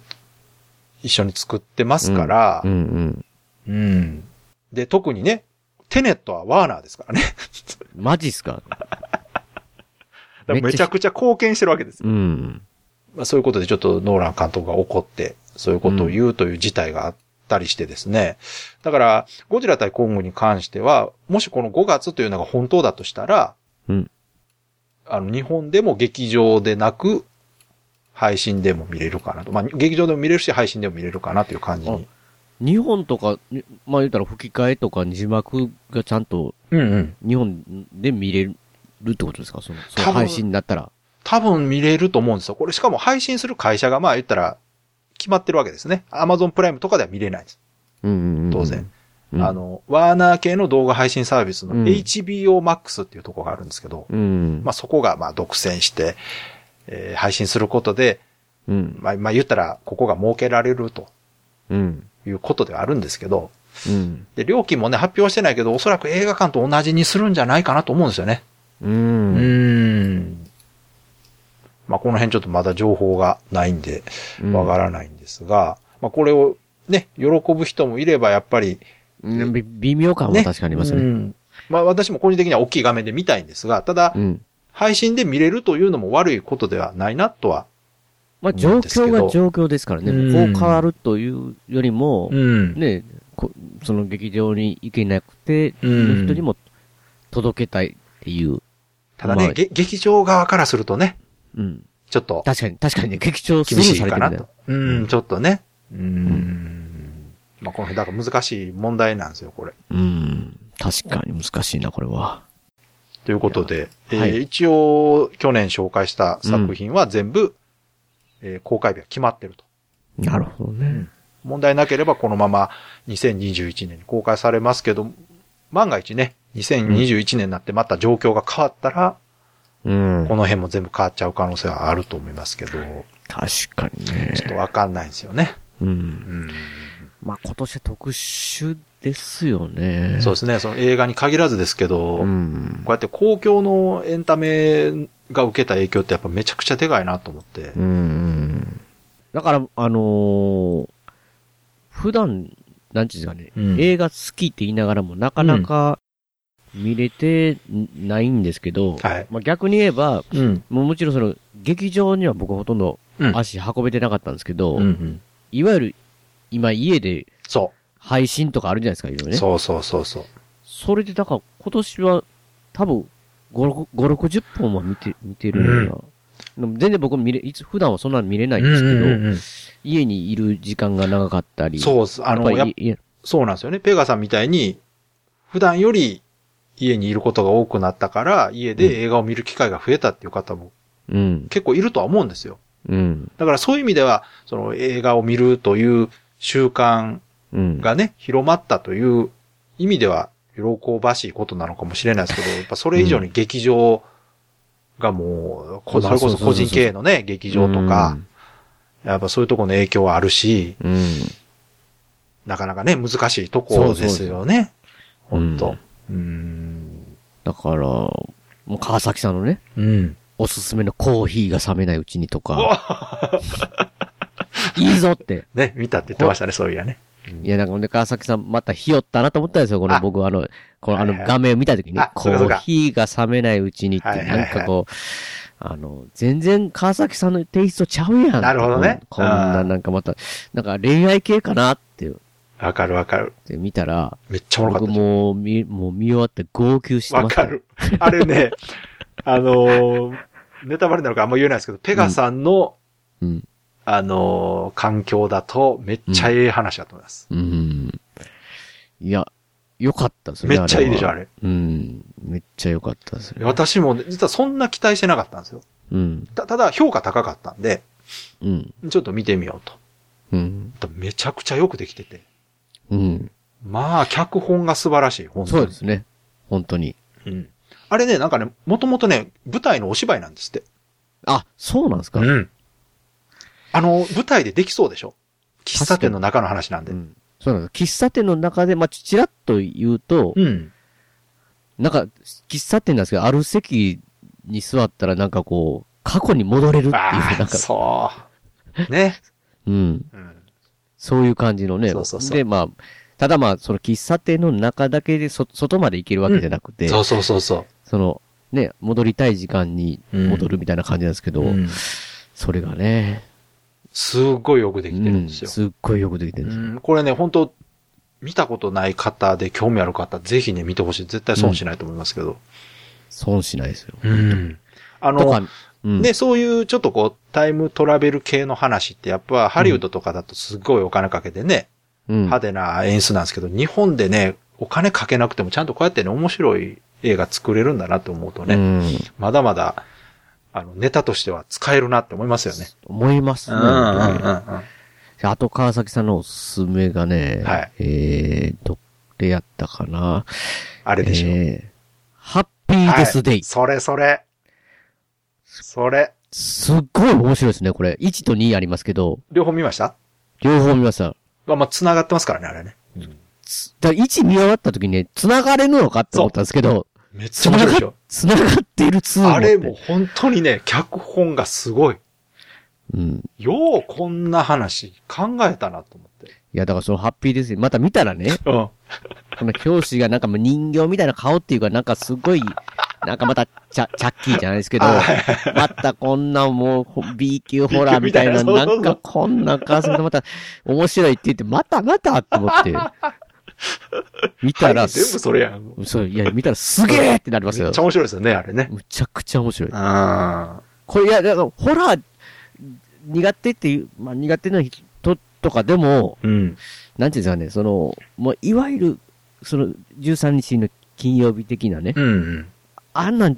Speaker 3: 一緒に作ってますから、
Speaker 2: うんうん。
Speaker 3: うん。で、特にね、テネットはワーナーですからね。
Speaker 2: マジっすか
Speaker 3: だ からめちゃくちゃ貢献してるわけですよ。
Speaker 2: うん。
Speaker 3: まあ、そういうことでちょっとノーラン監督が怒って、そういうことを言うという事態があったりしてですね。だから、ゴジラ対コングに関しては、もしこの5月というのが本当だとしたら、
Speaker 2: うん
Speaker 3: あの、日本でも劇場でなく、配信でも見れるかなと。まあ、劇場でも見れるし、配信でも見れるかなという感じに。
Speaker 2: 日本とか、にまあ言ったら吹き替えとか字幕がちゃんと
Speaker 3: うんうん。
Speaker 2: 日本で見れるってことですかその、そ
Speaker 3: 多
Speaker 2: の
Speaker 3: 分
Speaker 2: 配信になったら。
Speaker 3: 多分見れると思うんですよ。これしかも配信する会社がまあ言ったら決まってるわけですね。Amazon プライムとかでは見れないです。
Speaker 2: うんうんうん
Speaker 3: 当然。。
Speaker 2: うん
Speaker 3: あ、の、ワーナー系の動画配信サービスの
Speaker 2: うん
Speaker 3: HBO Max っていうところがあるんですけど、
Speaker 2: うん。
Speaker 3: まあそこがまあ独占して、えー配信することで、
Speaker 2: うん。
Speaker 3: まあ、まあ言ったらここが設けられると
Speaker 2: うん。
Speaker 3: いうことではあるんですけど、
Speaker 2: うん。
Speaker 3: で、料金もね、発表してないけど、おそらく映画館と同じにするんじゃないかなと思うんですよね。
Speaker 2: う。
Speaker 3: うんーん。まあ、この辺ちょっとまだ情報がないんで、
Speaker 2: うん
Speaker 3: わからないんですが、まあ、これをね、喜ぶ人もいれば、やっぱり、
Speaker 2: うんび微妙感は
Speaker 3: ね。
Speaker 2: 確かにありますね。
Speaker 3: うんまあ、私も個人的には大きい画面で見たいんですが、ただ
Speaker 2: う、ん。
Speaker 3: 配信で見れるというのも悪いことではないなとは。
Speaker 2: まあ
Speaker 3: 思う
Speaker 2: 状
Speaker 3: んですけ
Speaker 2: 況
Speaker 3: ど
Speaker 2: が状況ですからね。
Speaker 3: うん
Speaker 2: こう変わるというよりも、
Speaker 3: ん。
Speaker 2: ね、こその劇場に行けなくて、
Speaker 3: うん
Speaker 2: の人にも届けたいっていう。
Speaker 3: ただ
Speaker 2: ま
Speaker 3: ね、
Speaker 2: あ
Speaker 3: げ劇場側からするとね、
Speaker 2: うん。
Speaker 3: ちょっと
Speaker 2: 確かに、確かにね、劇場スル
Speaker 3: 厳
Speaker 2: ー
Speaker 3: しい
Speaker 2: されて
Speaker 3: か
Speaker 2: るみ
Speaker 3: な
Speaker 2: たい
Speaker 3: と
Speaker 2: な。。
Speaker 3: うん、ちょっとね。うん。まあ、この辺、だから難しい問題なんですよ、これ。
Speaker 2: うん。確かに難しいな、これは。
Speaker 3: ということで、えー
Speaker 2: はい
Speaker 3: 一応、去年紹介した作品は全部、えー公開日は決まってると。
Speaker 2: なるほどね。
Speaker 3: 問題なければこのまま2021年に公開されますけど、万が一ね、2021年になってまた状況が変わったら、
Speaker 2: うん。
Speaker 3: この辺も全部変わっちゃう可能性はあると思いますけど、ちょ
Speaker 2: 確かにね。
Speaker 3: っとわかんないんですよね。
Speaker 2: う。
Speaker 3: うんん、
Speaker 2: まあ、今年は特殊ですよね。
Speaker 3: そうですね、その映画に限らずですけど、
Speaker 2: うん
Speaker 3: こう。やって公共のエンタメが受けた影響ってやっぱめちゃくちゃでかいなと思って
Speaker 2: う。ん。だから、あのー普段、なんちゅうんですかね、
Speaker 3: うん
Speaker 2: 映画好きって言いながらもなかなか見れてないんですけど、
Speaker 3: はい
Speaker 2: まあ、逆に言えば、
Speaker 3: うん。
Speaker 2: もうもちろんその、劇場には僕ほとんど
Speaker 3: うん
Speaker 2: 足運べてなかったんですけど、
Speaker 3: うんうん
Speaker 2: いわゆる今家で
Speaker 3: そ
Speaker 2: 配信とかあるじゃないですか、いろいろ
Speaker 3: う、
Speaker 2: ね。
Speaker 3: そうそうそうそう。
Speaker 2: それでだから今年は多分5、5 60本は見て、見てるような。でも全然僕見れ、いつ、普段はそんなの見れないんですけど、
Speaker 3: うんうんうん
Speaker 2: 家にいる時間が長かったり。
Speaker 3: そうっす、あの、やっ
Speaker 2: っぱりいや
Speaker 3: そうなんですよね。ペガさんみたいに、普段より家にいることが多くなったから、家で映画を見る機会が増えたっていう方も
Speaker 2: うん、
Speaker 3: 結構いるとは思うんですよ。
Speaker 2: うん、
Speaker 3: だからそういう意味では、その映画を見るという習慣
Speaker 2: うん。
Speaker 3: がね、広まったという意味では、喜ばしいことなのかもしれないですけど、やっぱそれ以上に劇場がもう、こそれこそ個人経営のね、劇場とか、やっぱそういうところの影響はあるし、
Speaker 2: うん、うん。
Speaker 3: なかなかね、難しいところですよね。
Speaker 2: そうそうそう
Speaker 3: 本当。うーん。
Speaker 2: だから、もう川崎さんのね、
Speaker 3: うん。
Speaker 2: おすすめのコーヒーが冷めないうちにとか。 いいぞって。
Speaker 3: ね、見たって言ってましたね、そういやね。
Speaker 2: いや、なんかほんで川崎さんまたひよったなと思ったんですよ。この僕はあの、このあの
Speaker 3: はいはい
Speaker 2: 画面を見たときに
Speaker 3: あ、
Speaker 2: コ
Speaker 3: そう
Speaker 2: ー
Speaker 3: か
Speaker 2: ヒーが冷めないうちにって、
Speaker 3: はいはいはい
Speaker 2: なんかこう、あの、全然川崎さんのテイストちゃうやん。
Speaker 3: なるほどね
Speaker 2: こんこんななんかまた、なんか恋愛系かなっていう。
Speaker 3: わかるわかる。
Speaker 2: で、見たら、
Speaker 3: めっちゃおもろかっ
Speaker 2: 僕もう見、もう見終わって号泣して
Speaker 3: た。わ
Speaker 2: ました
Speaker 3: か
Speaker 2: よ。
Speaker 3: る。 あれね、あのーネタバレなのかあんま言えないですけど、ペガさんの、
Speaker 2: うん
Speaker 3: あのー環境だとめっちゃええ話だと思います。
Speaker 2: うん。いや、よかったですね。
Speaker 3: めっちゃいいでしょ
Speaker 2: は
Speaker 3: あれ。
Speaker 2: うん。めっちゃよかったですね。
Speaker 3: 私も、ね、実はそんな期待してなかったんですよ。
Speaker 2: うん。
Speaker 3: たただ、評価高かったんで、
Speaker 2: うん。
Speaker 3: ちょっと見てみようと。
Speaker 2: うん。
Speaker 3: めちゃくちゃよくできてて。
Speaker 2: うん。
Speaker 3: まあ、脚本が素晴らしい、本当に
Speaker 2: そうですね。本当に。
Speaker 3: うん。あれね、なんかね、もともとね、舞台のお芝居なんですって。
Speaker 2: あ、そうなんですか
Speaker 3: うん。あの、舞台でできそうでしょ喫茶店の中の話なんで。
Speaker 2: そうなんです。喫茶店の中で、まあ、ちちらっと言うと、
Speaker 3: うん。
Speaker 2: なんか、喫茶店なんですけど、ある席に座ったらなんかこう、過去に戻れるっていう、なんか。
Speaker 3: そう。ね。
Speaker 2: うん。そういう感じのね。
Speaker 3: そうそうそう
Speaker 2: で、まあ、ただまあ、その喫茶店の中だけで、そ、外まで行けるわけじゃなくて、
Speaker 3: そうそうそうそう。
Speaker 2: その、ね、戻りたい時間に戻るみたいな感じなんですけど、
Speaker 3: うん
Speaker 2: それがね、
Speaker 3: すっごいよくできてるんですよ。
Speaker 2: すっごいよくできてるんですよ。
Speaker 3: うんこれね、本当見たことない方で興味ある方、ぜひね、見てほしい。絶対損しないと思いますけど。
Speaker 2: 損しないですよ。
Speaker 3: うん。あ
Speaker 2: とか
Speaker 3: の、
Speaker 2: うん
Speaker 3: ね、そういうちょっとこう、タイムトラベル系の話ってやっぱハリウッドとかだとすごいお金かけてね、
Speaker 2: うん
Speaker 3: 派手な演出なんですけど、日本でね、お金かけなくてもちゃんとこうやってね、面白い映画作れるんだなと思うとね、
Speaker 2: うん
Speaker 3: まだまだ、あの、ネタとしては使えるなって思いますよね。
Speaker 2: 思いますね。
Speaker 3: うんうんうんうん
Speaker 2: 本当にあと、川崎さんのおすすめがね、えー、どれやったかな。
Speaker 3: あれでしょう
Speaker 2: えーハッピーデスデイ。
Speaker 3: はいそれそれ。それ。
Speaker 2: すっごい面白いですね、これ。1と2ありますけど、
Speaker 3: 両方見ました
Speaker 2: 両方見ました。
Speaker 3: まあ、まあ、繋がってますからね、あれね。
Speaker 2: だから1見終わった時にね、繋がれるのかって思ったんですけど、
Speaker 3: めっちゃ面白いでしょ。
Speaker 2: 繋がっている2も
Speaker 3: あれもう本当にね、脚本がすごい。ようこんな話考えたなと思っ
Speaker 2: い
Speaker 3: て。
Speaker 2: や、だからそのハッピーですよ。また見たらね、
Speaker 3: こ
Speaker 2: の表紙がなんかもう人形みたいな顔っていうか、なんかすごい、なんかまたチャ、チャッキーじゃないですけど、またこんなもうほ B 級ホラーみたいな、
Speaker 1: B 級みた
Speaker 2: な
Speaker 1: なそ
Speaker 2: い
Speaker 1: う
Speaker 2: ん
Speaker 1: そうそう
Speaker 2: かこんな感想でまた面白いって言って、またまたって思って、見たら、
Speaker 3: はい全部それや
Speaker 2: ん。そう、いや、見たらすげえってなりますよ。
Speaker 3: めっちゃ面白いですよね、あれね。
Speaker 2: むちゃくちゃ面白い。
Speaker 3: あ
Speaker 2: これ、いや、だからホラー、苦手っていう、まあ苦手な人とかでも、なんていうんですかね、その、もういわゆる、その、13日の金曜日的なね、あんなん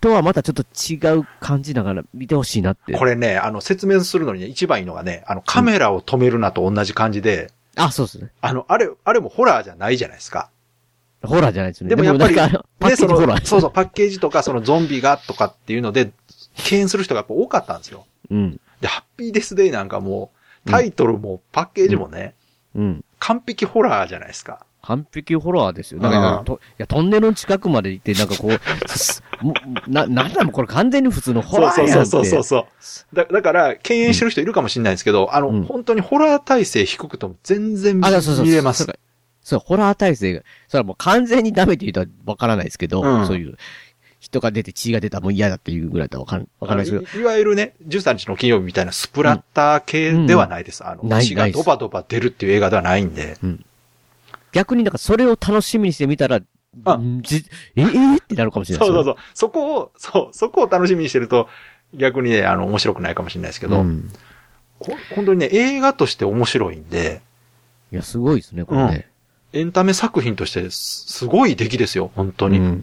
Speaker 2: とはまたちょっと違う感じながら見てほしいなって。
Speaker 3: これね、あの、説明するのにね、一番いいのがね、あの、カメラを止めるなと同じ感じで、
Speaker 2: あ、そうですね。
Speaker 3: あの、あれ、あれもホラーじゃないじゃないですか。
Speaker 2: ホラーじゃないですね。
Speaker 3: でもやっぱり、
Speaker 2: なんかあのパッケー
Speaker 3: ね
Speaker 2: ジ
Speaker 3: その
Speaker 2: ホラー。
Speaker 3: そうそう、パッケージとか、そのゾンビがとかっていうので、敬遠する人がやっぱ多かったんですよ。
Speaker 2: うん。
Speaker 3: で、ハッピーデスデイなんかもう、タイトルもパッケージもね、
Speaker 2: うん。
Speaker 3: 完璧ホラーじゃないですか。
Speaker 2: 完璧ホラーですよ。だから
Speaker 3: うん
Speaker 2: と、いや、トンネルの近くまで行って、なんかこう、 すもな、なんだもうこれ完全に普通のホ
Speaker 3: そう
Speaker 2: ラー
Speaker 3: そ
Speaker 2: やん
Speaker 3: う
Speaker 2: って。
Speaker 3: そうそうそうそう。だだから、敬遠してる人いるかもしれないですけど、あの、本当にホラー体制低くとも全然見
Speaker 2: あ、そうそうそう。
Speaker 3: 見れます。
Speaker 2: そうか。そう、ホラー体制が、それはもう完全にダメって言うとはわからないですけど、
Speaker 3: うん
Speaker 2: そういう、人が出て血が出たらもう嫌だっていうぐらいだとわかん、わかんないですけど、
Speaker 3: いいわゆるね、13日の金曜日みたいなスプラッター系ではないです。あの、
Speaker 2: ない
Speaker 3: 血が
Speaker 2: ないです
Speaker 3: ドバドバ出るっていう映画ではないんで。
Speaker 2: 逆になんかそれを楽しみにしてみたら、んじえ、えーってなるかもしれな
Speaker 3: そ
Speaker 2: いうです
Speaker 3: そ
Speaker 2: よ。
Speaker 3: うそう。そこを、そう、そこを楽しみにしてると、逆にね、あの、面白くないかもしれないですけど、
Speaker 2: うん
Speaker 3: ほ本当にね、映画として面白いんで、
Speaker 2: いや、すごいですね、これね。
Speaker 3: エンタメ作品としてすすごい出来ですよ、本当に。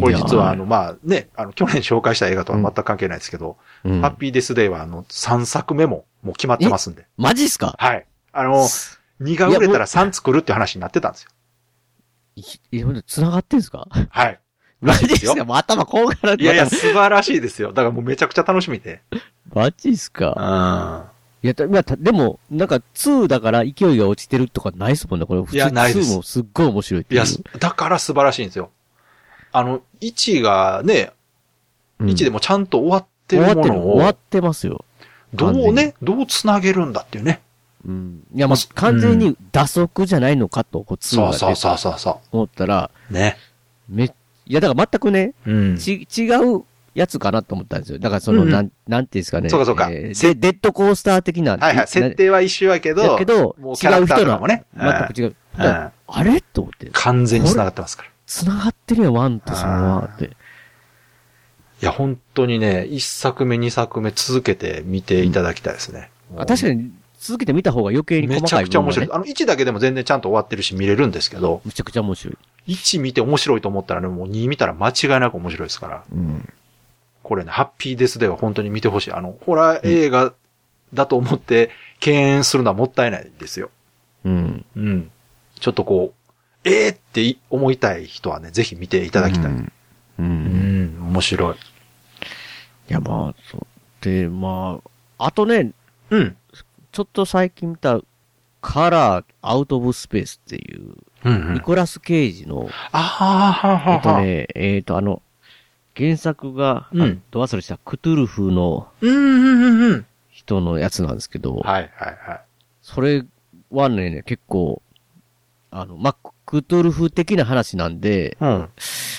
Speaker 3: これ実
Speaker 2: いや
Speaker 3: は
Speaker 2: ー
Speaker 3: あの、まあね、あの、去年紹介した映画とは全く関係ないですけど、
Speaker 2: うん
Speaker 3: ハッピーデスデイはあの、3作目ももう決まってますんで。
Speaker 2: マジっすか
Speaker 3: はい。あの、2が売れたら3作るって話になってたんですよ。
Speaker 2: いや、ほんと繋がってんすか
Speaker 3: はい。
Speaker 2: マジ
Speaker 3: で
Speaker 2: です
Speaker 3: よ
Speaker 2: すかもう頭こうから
Speaker 3: いやいや、素晴らしいですよ。だからもうめちゃくちゃ楽しみで。
Speaker 2: マジっす
Speaker 3: か
Speaker 2: いや、たまあたでも、なんか2だから勢いが落ちてるとかないっすもんね、これ。普通
Speaker 3: いやないです
Speaker 2: 2もすっごい面白いって
Speaker 3: い
Speaker 2: いう。
Speaker 3: や、だから素晴らしいんですよ。あの、1がね、日でもちゃんと終わって
Speaker 2: 終わ
Speaker 3: る
Speaker 2: っ
Speaker 3: も
Speaker 2: てる。
Speaker 3: の
Speaker 2: 終わ
Speaker 3: を
Speaker 2: っ、てますよ。
Speaker 3: ど
Speaker 2: 完
Speaker 3: う
Speaker 2: 全に。
Speaker 3: ね、どう繋げるんだっていうね。
Speaker 2: うん。いや、まあ、完全に打足じゃないのかと、こう、ツー
Speaker 3: そう
Speaker 2: が
Speaker 3: そう
Speaker 2: 出
Speaker 3: そう
Speaker 2: た
Speaker 3: そうそ
Speaker 2: 思ったら、
Speaker 3: う。ね。
Speaker 2: めいや、だから全くね、
Speaker 3: うん。
Speaker 2: ち、違うやつかなと思ったんですよ。だからその、
Speaker 3: うんうん
Speaker 2: なん、なんていうんですかね。
Speaker 3: そうかそうか
Speaker 2: えー
Speaker 3: せ
Speaker 2: でデッドコースター的な。
Speaker 3: はいはい。設定は一緒やけ
Speaker 2: だ
Speaker 3: ど、
Speaker 2: けど、
Speaker 3: もうキャ
Speaker 2: 違
Speaker 3: ラ
Speaker 2: う
Speaker 3: クタ
Speaker 2: 人
Speaker 3: ーとか
Speaker 2: の
Speaker 3: もね。うん
Speaker 2: 全く違う。
Speaker 3: うん
Speaker 2: だからあれと思って。
Speaker 3: 完全に繋がってますから。
Speaker 2: 繋がってるよ、ワンとそのワンって。
Speaker 3: いや、本当にね、一作目、二作目続けて見ていただきたいですね。
Speaker 2: あ確かに、続けて見た方が余計に細
Speaker 3: めち
Speaker 2: か
Speaker 3: ゃ
Speaker 2: い
Speaker 3: く
Speaker 2: 部
Speaker 3: ちゃ
Speaker 2: 分がね、
Speaker 3: 面白い。あの、1だけでも全然ちゃんと終わってるし見れるんですけど、
Speaker 2: めちゃくちゃ面白い。
Speaker 3: 1見て面白いと思ったらね、もう2見たら間違いなく面白いですから、
Speaker 2: うん。
Speaker 3: これね、ハッピーデスでは本当に見てほしい。あの、ホラー映画だと思って敬遠するのはもったいないですよ。
Speaker 2: うん。
Speaker 3: うん。ちょっとこう、えーってい思いたい人はね、ぜひ見ていただきたい。
Speaker 2: うん。う。
Speaker 3: うんん、面白い。
Speaker 2: いや、まあ、そう。で、まあ、あとね、
Speaker 3: うん。
Speaker 2: ちょっと最近見た、カラー、アウトオブスペースっていう、
Speaker 3: うん、う
Speaker 2: ニ
Speaker 3: ん。
Speaker 2: コラス・ケイジの、
Speaker 3: あーは
Speaker 2: え
Speaker 3: は
Speaker 2: っと
Speaker 3: は。
Speaker 2: ね、えっと、あの、原作が、
Speaker 3: うん
Speaker 2: あド忘れした、クトゥルフの
Speaker 3: うん、うん、うん、うん。
Speaker 2: 人のやつなんですけど、
Speaker 3: はい、はい、はい。
Speaker 2: それはね、結構、あの、まあ、クトゥルフ的な話なんで、
Speaker 3: うん。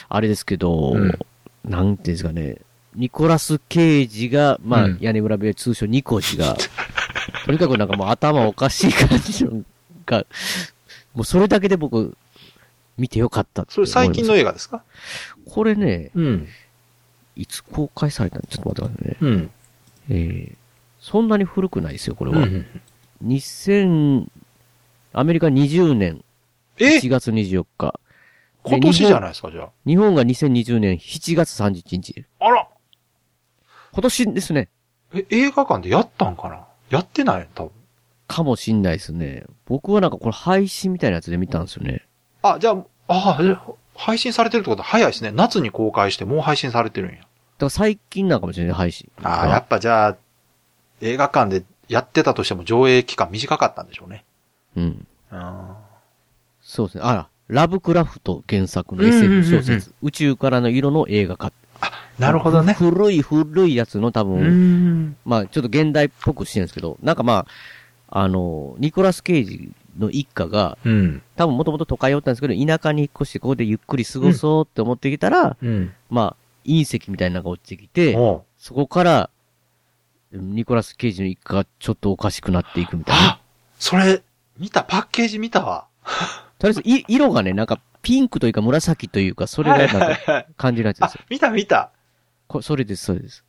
Speaker 2: あれですけど、
Speaker 3: うん
Speaker 2: なんていうんですかね、ニコラス・ケイジが、まあ、
Speaker 3: うん
Speaker 2: 屋根裏部屋通称ニコ氏が、とにかくなんかもう頭おかしい感じのが、もうそれだけで僕、見てよかったって
Speaker 3: そ
Speaker 2: 思
Speaker 3: れ
Speaker 2: います
Speaker 3: 最近の映画ですか
Speaker 2: これね、
Speaker 3: うん。
Speaker 2: いつ公開されたのちょっと待ってくださいね。
Speaker 3: うん。
Speaker 2: えー、そんなに古くないですよ、これは。
Speaker 3: うん
Speaker 2: 2000、アメリカ20年
Speaker 3: え
Speaker 2: 1月24日。
Speaker 3: 今年じゃないいですか、じゃ
Speaker 2: 日本が2020年7月31日。
Speaker 3: あ。あら
Speaker 2: 今年ですね。
Speaker 3: え、映画館でやったんかなやってない多分。
Speaker 2: かもしんないですね。僕はなんかこれ配信みたいなやつで見たんですよね。
Speaker 3: あ、じゃあ、ああ、え配信されてるってことは早いですね。夏に公開してもう配信されてるんや。
Speaker 2: だから最近なんかもしれない、配信。
Speaker 3: ああ、やっぱじゃあ、映画館でやってたとしても上映期間短かったんでしょうね。
Speaker 2: うん。
Speaker 3: うん。
Speaker 2: そうですね。あら、ラブクラフト原作の
Speaker 3: うんうんうんう
Speaker 2: SF
Speaker 3: ん
Speaker 2: 小説、宇宙からの色の映画化。
Speaker 3: なるほどね。
Speaker 2: 古い古いやつの多分、
Speaker 3: ん。
Speaker 2: まあちょっと現代っぽくしてるんですけど、なんかまあ、あの、ニコラス・ケイジの一家が、
Speaker 3: うん。
Speaker 2: 多分もともと都会におったんですけど、田舎に引っ越してここでゆっくり過ごそうって思ってきたら、
Speaker 3: うん。
Speaker 2: まあ、隕石みたいなのが落ちてきて、
Speaker 3: おう
Speaker 2: そこから、ニコラス・ケイジの一家がちょっとおかしくなっていくみたいな。
Speaker 3: あそれ、見た、パッケージ見たわ。
Speaker 2: とりあえずい、色がね、なんかピンクというか紫というか、それがなんか
Speaker 3: あ、
Speaker 2: 感じるやつですよ。
Speaker 3: 見た見た。
Speaker 2: こそれです、それです。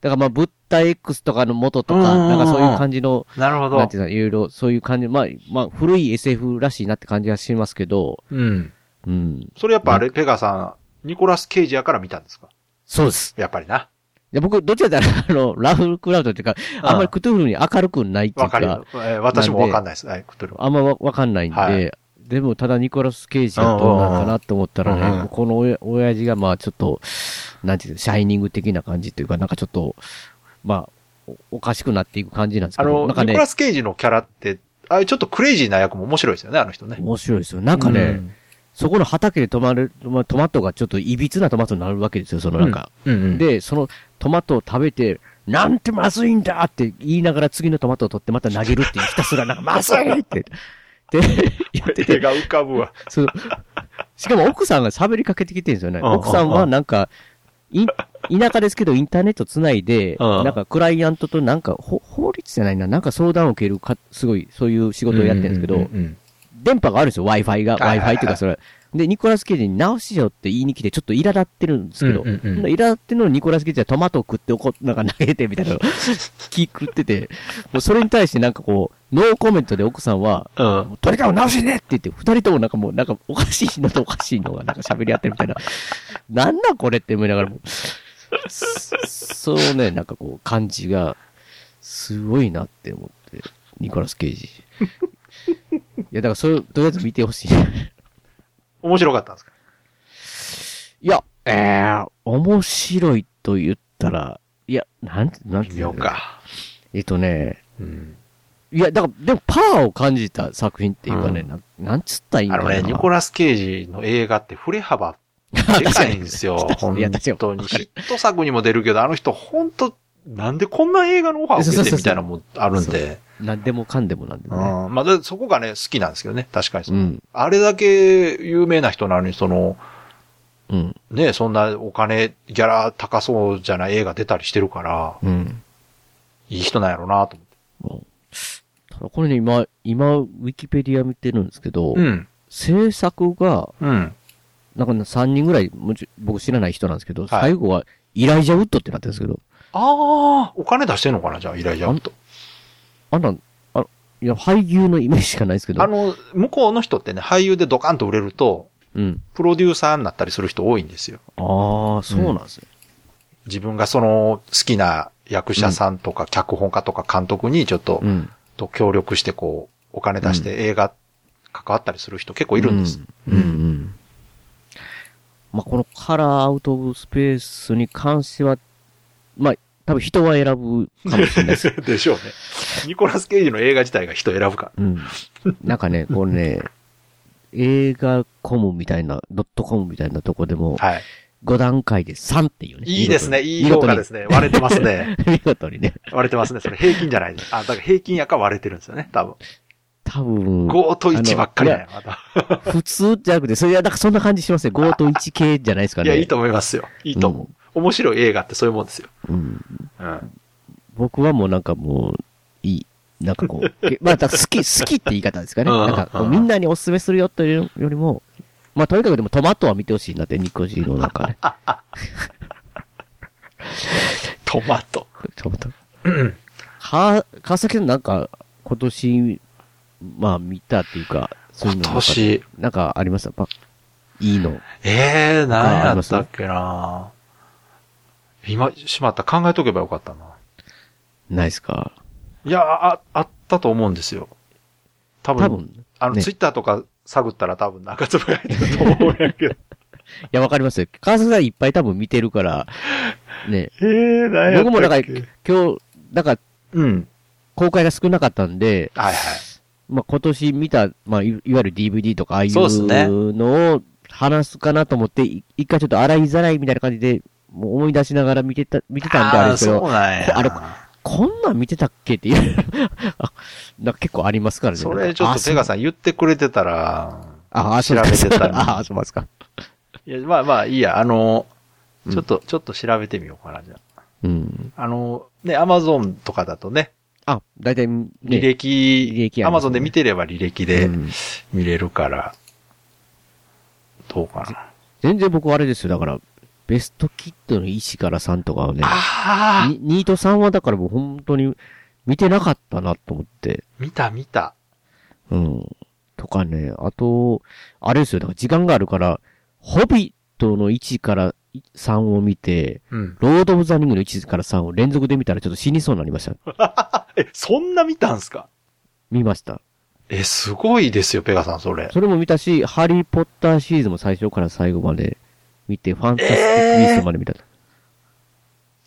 Speaker 2: だからまあ、物体 X とかの元とか、
Speaker 3: うんうんうん
Speaker 2: なんかそういう感じの、
Speaker 3: なるほ
Speaker 2: なん
Speaker 3: ど
Speaker 2: て。いうの、いろいろそういう感じ、まあ、まあ、古い SF らしいなって感じはしますけど、
Speaker 3: うん。
Speaker 2: うん。
Speaker 3: それやっぱあれ、ペガさん、ニコラス・ケイジやから見たんですか
Speaker 2: そうです。
Speaker 3: やっぱりな。
Speaker 2: いや、僕、どっちらかというと、あの、ラフクラウドっていうか、あんまりクトゥールに明るくないっていう
Speaker 3: わかる
Speaker 2: か
Speaker 3: よ、。えー私もわかんないです。はい、クトゥルは。
Speaker 2: あんまわわかんないんで、
Speaker 3: はい
Speaker 2: でもただニコラス・ケイジがどうなのかなと思ったらね、
Speaker 3: うんうん
Speaker 2: このおや親父がまあちょっと、なんていうの、シャイニング的な感じというか、なんかちょっと、まあ、おおかしくなっていく感じなんですけ
Speaker 3: あ
Speaker 2: ど、
Speaker 3: の、
Speaker 2: なんか
Speaker 3: ニコラ
Speaker 2: ね、
Speaker 3: ス・ケイジのキャラって、ああいうちょっとクレイジーな役も面白いですよね、あの人ね。
Speaker 2: 面白いですよ。なんかね、
Speaker 3: うん
Speaker 2: そこの畑で止まる、まあトマトがちょっといびつなトマトになるわけですよ、そのなんか。
Speaker 3: うんうん、
Speaker 2: で、そのトマトを食べて、なんてまずいんだって言いながら次のトマトを取ってまた投げるっていうひたすらなんかまずいって、って言ってて
Speaker 3: 手、が浮かぶわ。
Speaker 2: そう。しかも奥さんが喋りかけてきてるんですよね。
Speaker 3: うんうんうん
Speaker 2: 奥さんはなんか、い、田舎ですけどインターネットつないで、
Speaker 3: うん
Speaker 2: なんかクライアントとなんか、ほ法律じゃないな、なんか相談を受けるか、すごい、そういう仕事をやってるんですけ
Speaker 3: うんう
Speaker 2: ど
Speaker 3: ん、うんうん
Speaker 2: 電波があるんですよ、Wi-Fi が。
Speaker 3: はいはいは
Speaker 2: Wi-Fi
Speaker 3: い
Speaker 2: っていうかそれ。で、ニコラス・ケイジに直しようって言いに来て、ちょっと苛立ってるんですけど、
Speaker 3: うんうんうん
Speaker 2: ほんで苛立ってるのにニコラス・ケイジはトマトを食って怒っ、なんか投げてみたいなの 気狂ってて、もうそれに対してなんかこう、ノーコメントで奥さんは、
Speaker 3: うん。
Speaker 2: とにかく直しねって言って、二人ともなんかもう、なんかおかしいのとおかしいのがなんか喋り合ってるみ たいな。なんなんこれって思いながらも。そそうね、なんかこう、感じが、すごいなって思って、ニコラス・ケイジ。いや、だからそれ、とりあえず見てほしい。
Speaker 3: 面白かったんですか
Speaker 2: いや、えー、面白いと言ったら、いや、なん、なんて
Speaker 3: 見
Speaker 2: 言
Speaker 3: よ
Speaker 2: う
Speaker 3: うん
Speaker 2: だろう
Speaker 3: か。
Speaker 2: えっとね、
Speaker 3: うん。
Speaker 2: いや、だから、でもパワーを感じた作品っていうかね、
Speaker 3: うん
Speaker 2: なん、なんつったらいいん
Speaker 3: あ
Speaker 2: だろ
Speaker 3: の
Speaker 2: うな。
Speaker 3: ね、ニコラス・ケイジの映画って振れ幅でかいんですよ。
Speaker 2: いや、確
Speaker 3: かに。ヒット作にも出るけど、あの人本当なんでこんな映画のオファー受けてみたいなのもあるんで。
Speaker 2: 何でもかんでもなんで
Speaker 3: う
Speaker 2: もね。
Speaker 3: ん。まあだ、そこがね、好きなんですけどね。確かにその、
Speaker 2: うん
Speaker 3: あれだけ有名な人なのに、その、
Speaker 2: うん。
Speaker 3: ね、そんなお金、ギャラ高そうじゃない映画出たりしてるから、
Speaker 2: うん。
Speaker 3: いい人なんやろうなと思って。
Speaker 2: ただこれね、今、今、ウィキペディア見てるんですけど、
Speaker 3: うん。
Speaker 2: 制作が、
Speaker 3: うん。
Speaker 2: なんかね3人ぐらい、もち僕知らない人なんですけど、
Speaker 3: い
Speaker 2: 最後はイライジャウッドってなってるんですけど、
Speaker 3: ああ、お金出してんのかなじゃあ、依頼じゃんと。
Speaker 2: あんなん、あいや、俳優のイメージしかないですけど、
Speaker 3: あの、向こうの人ってね、俳優でドカンと売れると、
Speaker 2: うん。
Speaker 3: プロデューサーになったりする人多いんですよ。
Speaker 2: ああ、そうなんですね。
Speaker 3: 自分がその好きな役者さんとか脚本家とか監督にちょっと、
Speaker 2: うん。
Speaker 3: と協力してこう、お金出して映画関わったりする人結構いるんです。
Speaker 2: うん。うんうん。まあ、このカラーアウトオブスペースに関しては、まあ、多分人は選ぶかもしれないです。
Speaker 3: でしょうね。ニコラス・ケイジの映画自体が人選ぶから。
Speaker 2: うん。なんかね、これね、映画コムみたいな、ドットコムみたいなとこでも、
Speaker 3: はい。
Speaker 2: 5段階で3っていうね。
Speaker 3: いいですね。いい
Speaker 2: 見
Speaker 3: 評
Speaker 2: 事に
Speaker 3: 価ですね。割れてますね。
Speaker 2: 見事にね。
Speaker 3: 割れてますね。それ平均じゃないです。あ、だから平均やから割れてるんですよね。多分。
Speaker 2: 多分。
Speaker 3: 5と1ばっかりだよ
Speaker 2: あ。
Speaker 3: また
Speaker 2: のいや普通じゃなくて、それはなんかそんな感じしますね。5と1系じゃないですか
Speaker 3: い
Speaker 2: ね。
Speaker 3: や、いいと思いますよ。いいと思う。面白い映画ってそういうもんですよ。
Speaker 2: うん。
Speaker 3: うん。
Speaker 2: 僕はもうなんかもう、いい。なんかこう、 けまあ、だから好き、好きって言い方ですかね。
Speaker 3: うん
Speaker 2: なんかこう、みんなにお勧めするよというよりも、まあ、とにかくでもトマトは見てほしいなって、ニコジーの中で。
Speaker 3: トマト。
Speaker 2: トマト。は、川崎さんなんか、今年、まあ見たっていうか、そういうのな
Speaker 3: 今
Speaker 2: んか
Speaker 3: 年、
Speaker 2: なんかありましたばいいの。
Speaker 3: ええー、何
Speaker 2: あ
Speaker 3: や
Speaker 2: りま
Speaker 3: っ
Speaker 2: す
Speaker 3: たっけな今、しまった。考えとけばよかったな。
Speaker 2: ないですか
Speaker 3: いや、あ、あったと思うんですよ。多分、
Speaker 2: 多分
Speaker 3: あの、
Speaker 2: ね
Speaker 3: ツイッターとか探ったら多分中つぶやいてると 思うんやけ
Speaker 2: い
Speaker 3: ど。
Speaker 2: や、わかりますよ。川崎さんいっぱい多分見てるから、ね。
Speaker 3: ええー、何やったっけ
Speaker 2: 僕もだから、今日、なんか、
Speaker 3: うん。
Speaker 2: 公開が少なかったんで、
Speaker 3: はいはい。
Speaker 2: まあ今年見た、まあ、いいわゆる DVD とか、ああい
Speaker 3: そうっすね
Speaker 2: うのを話すかなと思って、い一回ちょっと洗いざらいみたいな感じで、もう思い出しながら見てた、見てたんであれ
Speaker 3: あ
Speaker 2: で
Speaker 3: あ、
Speaker 2: すけど
Speaker 3: そう、なんや。
Speaker 2: あれこんなん見てたっけっていう、 あなんか結構ありますからね。
Speaker 3: それちょっとペガ
Speaker 2: ん。
Speaker 3: さん言ってくれてたら、
Speaker 2: ああ、
Speaker 3: 調
Speaker 2: 調
Speaker 3: べ
Speaker 2: べ
Speaker 3: て
Speaker 2: て
Speaker 3: た
Speaker 2: た。
Speaker 3: ら
Speaker 2: ああ、そうなんですか。
Speaker 3: いや、まあまあ、いいや、あの、ちょっと、ちょっと調べてみようかな、じゃ
Speaker 2: うん。
Speaker 3: あ。あの、ね、アマゾンとかだとね、
Speaker 2: あ、だいたい、ね、
Speaker 3: 履歴、
Speaker 2: 履歴あ
Speaker 3: ア
Speaker 2: りま
Speaker 3: マ
Speaker 2: すね
Speaker 3: ゾンで見てれば履歴で
Speaker 2: うん
Speaker 3: 見れるから、どうかな。
Speaker 2: 全然僕あれですよ。だから、ベストキットの1から3とかはね、
Speaker 3: ああ
Speaker 2: に2と3はだからもう本当に見てなかったなと思って。
Speaker 3: 見た見た。
Speaker 2: うん。とかね、あと、あれですよ。だから時間があるから、ホビットの1から3を見て、
Speaker 3: うん。
Speaker 2: ロード・オブ・ザ・リングの1から3を連続で見たらちょっと死にそうになりました。
Speaker 3: え、そんな見たんすか
Speaker 2: 見ました。
Speaker 3: え、すごいですよ、ペガさん、それ。
Speaker 2: それも見たし、ハリー・ポッターシリーズも最初から最後まで見て、ファンタスティック・ビーストまで見た。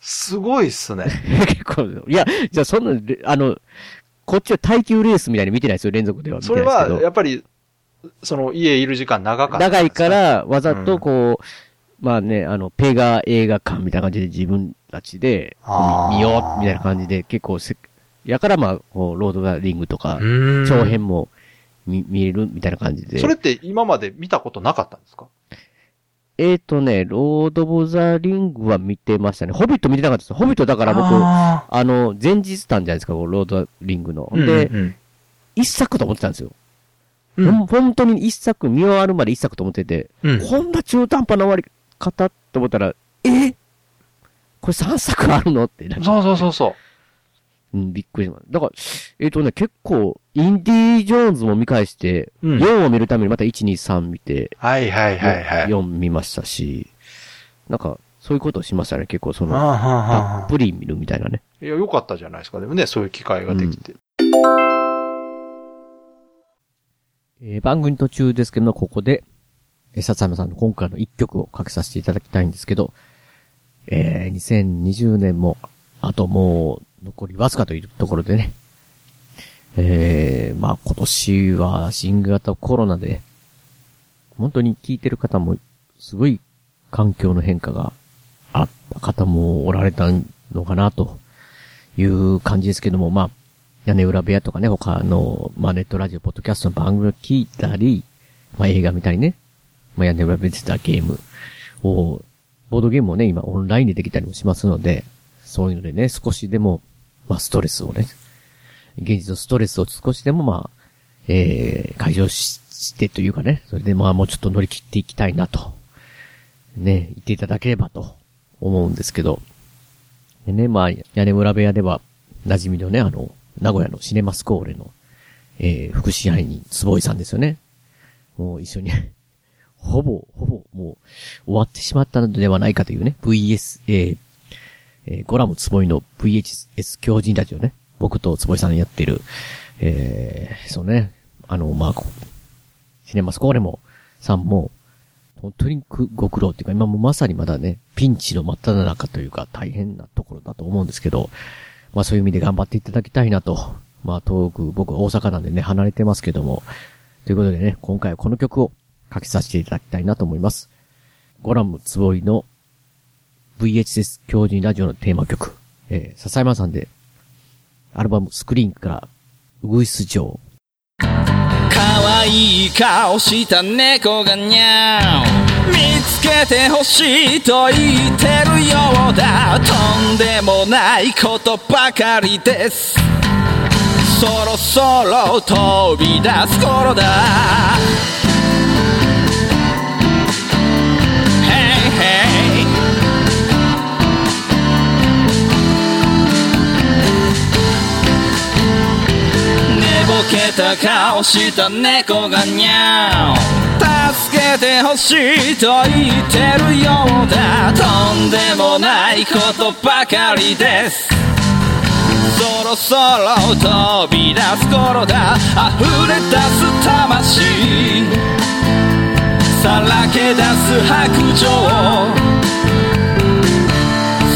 Speaker 3: すごいっすね。
Speaker 2: 結構、いや、じゃあそんな、れあの、こっちは耐久レースみたいに見てないですよ、連続では見て
Speaker 3: そ
Speaker 2: な
Speaker 3: れ
Speaker 2: いですけ
Speaker 3: は、や
Speaker 2: ど。
Speaker 3: っぱり、その、家いる時間長かったんで
Speaker 2: 長
Speaker 3: すね
Speaker 2: いか、ら、わざとこう、まあね、あの、ペガ映画館みたいな感じで自分たちで、
Speaker 3: あー
Speaker 2: 見ようみたいな感じで、結構せ、やからまあ、こう、ロード・オブザ・リングとか
Speaker 3: う、ーん。
Speaker 2: 長編も見見れるみたいな感じで。
Speaker 3: それって今まで見たことなかったんですか
Speaker 2: えーとね、ロード・オブ・ザ・リングは見てましたね。ホビット見てなかったです。ホビットだから僕、あ
Speaker 3: あ
Speaker 2: の、前日たんじゃないですか、こうロード・リングの。
Speaker 3: ー
Speaker 2: で
Speaker 3: う、んうん
Speaker 2: 一作と思ってたんですよ。
Speaker 3: うん
Speaker 2: ほん本当に一作、見終わるまで一作と思ってて、
Speaker 3: うん
Speaker 2: こんな中途半端な終わり方って思ったら、えこれ三作あるのってな
Speaker 3: うんそうそうそうそう。
Speaker 2: うん、びっくりしました。だから、えっ、とね、結構、インディ・ージョーンズも見返して、
Speaker 3: うん
Speaker 2: 4を見るためにまた1、2、3見て、
Speaker 3: はいはいはいはい。
Speaker 2: 4見ましたし、なんか、そういうことをしましたね、結構そ
Speaker 3: あ
Speaker 2: の、
Speaker 3: ああああ
Speaker 2: たっ
Speaker 3: あ
Speaker 2: ぷり見るみたいなね。
Speaker 3: いや、良かったじゃないですか。でもね、そういう機会ができて。
Speaker 2: えー番組途中ですけども、ここで、えー、さつまさんの今回の一曲をかけさせていただきたいんですけど、えー2020年も、あともう、残りわずかというところでね、えーまあ今年は新型コロナで、本当に聞いてる方もすごい環境の変化があった方もおられたのかな、という感じですけども、まあ、屋根裏部屋とかね、他の、まあ、ネットラジオ、ポッドキャストの番組を聞いたり、まあ、映画見たりね、まあ、屋根裏部屋で出てたゲームを、ボードゲームもね、今オンラインでできたりもしますので、そういうのでね、少しでも、まあ、ストレスをね、現実のストレスを少しでもまあ、えー、解消ししてというかね、それでまあもうちょっと乗り切っていきたいなと、ね、言っていただければと思うんですけど、でね、まあ、屋根裏部屋では、馴染みのね、あの、名古屋のシネマスコーレの、えー、副支配人、坪井さんですよね。もう一緒に、 ほぼ、ほぼ、もう、終わってしまったのではないかというね、VS、えーえーゴラム坪井の VHS 強人たちをね、僕と坪井さんやってる、えー、そうね、あの、まあ、こシネマスコーレも、さんも、本当にくご苦労っていうか、今もまさにまだね、ピンチの真っ只中というか、大変なところだと思うんですけど、まあそういう意味で頑張っていただきたいなと。まあ遠く、僕は大阪なんでね、離れてますけども。ということでね、今回はこの曲を書きさせていただきたいなと思います。ゴラムつぼいの VHS 教授ラジオのテーマ曲、えー、笹山さんで、アルバムスクリーンから、うぐいす城。
Speaker 1: 可愛い顔した猫がにゃー見つけてほしいと言ってるようだとんでもないことばかりですそろそろ飛び出す頃だ Hey, hey 寝ぼけた顔した猫がにゃー助けてほしいと言ってるようだとんでもないことばかりですそろそろ飛び出す頃だ溢れ出す魂さらけ出す白状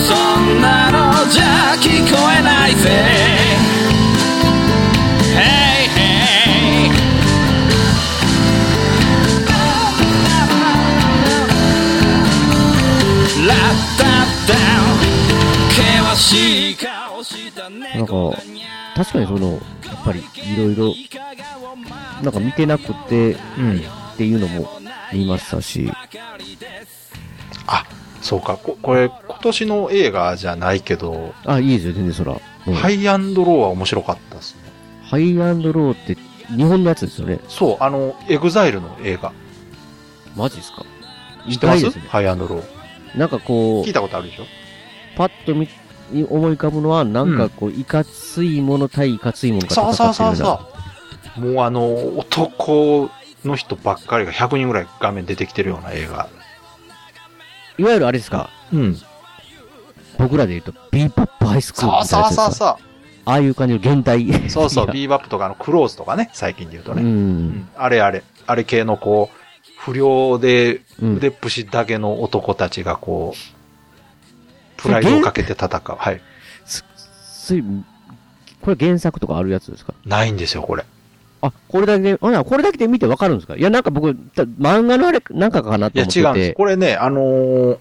Speaker 1: そんなのじゃ聞こえないぜ Hey, hey. ラッタッタ険しい顔した
Speaker 2: なんか、確かにその、やっぱり、いろいろ、なんか見てなくて、っていうのも見ましたし、
Speaker 3: そうか、ここれ、今年の映画じゃないけど、
Speaker 2: あ、いいですよ、全然そら。うん
Speaker 3: ハイアンドローは面白かったですね。
Speaker 2: ハイアンドローって、日本のやつですよね。
Speaker 3: そう、あの、エグザイルの映画。
Speaker 2: マジですか
Speaker 3: 知ってます
Speaker 2: 意外ですね
Speaker 3: ハイアンドロー。
Speaker 2: なんかこ、
Speaker 3: 聞いうたことあるでしょ
Speaker 2: パッと見、思い浮かぶのは、なんかこう、いかついもの対いかついもの
Speaker 3: そ
Speaker 2: が
Speaker 3: うそ
Speaker 2: 戦
Speaker 3: う
Speaker 2: ってる
Speaker 3: そ
Speaker 2: よ
Speaker 3: う
Speaker 2: うな。
Speaker 3: そう。もうあの、男の人ばっかりが100人ぐらい画面出てきてるような映画。
Speaker 2: いわゆるあれですか、
Speaker 3: うん。
Speaker 2: 僕らで言うと、ビーポップハイスクールみ
Speaker 3: そう
Speaker 2: たいな
Speaker 3: そ
Speaker 2: や
Speaker 3: う
Speaker 2: つです
Speaker 3: そう
Speaker 2: か。
Speaker 3: そ
Speaker 2: ああいう感じの現代。
Speaker 3: う。そうそう、
Speaker 2: い
Speaker 3: ビーバップとかあの、クローズとかね、最近で言うと
Speaker 2: や
Speaker 3: ね。
Speaker 2: う。
Speaker 3: うんんあれあれ、あれ系のこう、不良で
Speaker 2: うん
Speaker 3: 腕っぷしだけの男たちがこう、プライドをかけて戦う。はい。
Speaker 2: つい、これ原作とかあるやつですか
Speaker 3: ないんですよ、これ。
Speaker 2: あ、これだけで、あ、これだけで見てわかるんですかいや、なんか僕、た漫画のあれ、なんかかなと
Speaker 3: いや、
Speaker 2: 思ってて。
Speaker 3: 違うんです。これね、あのー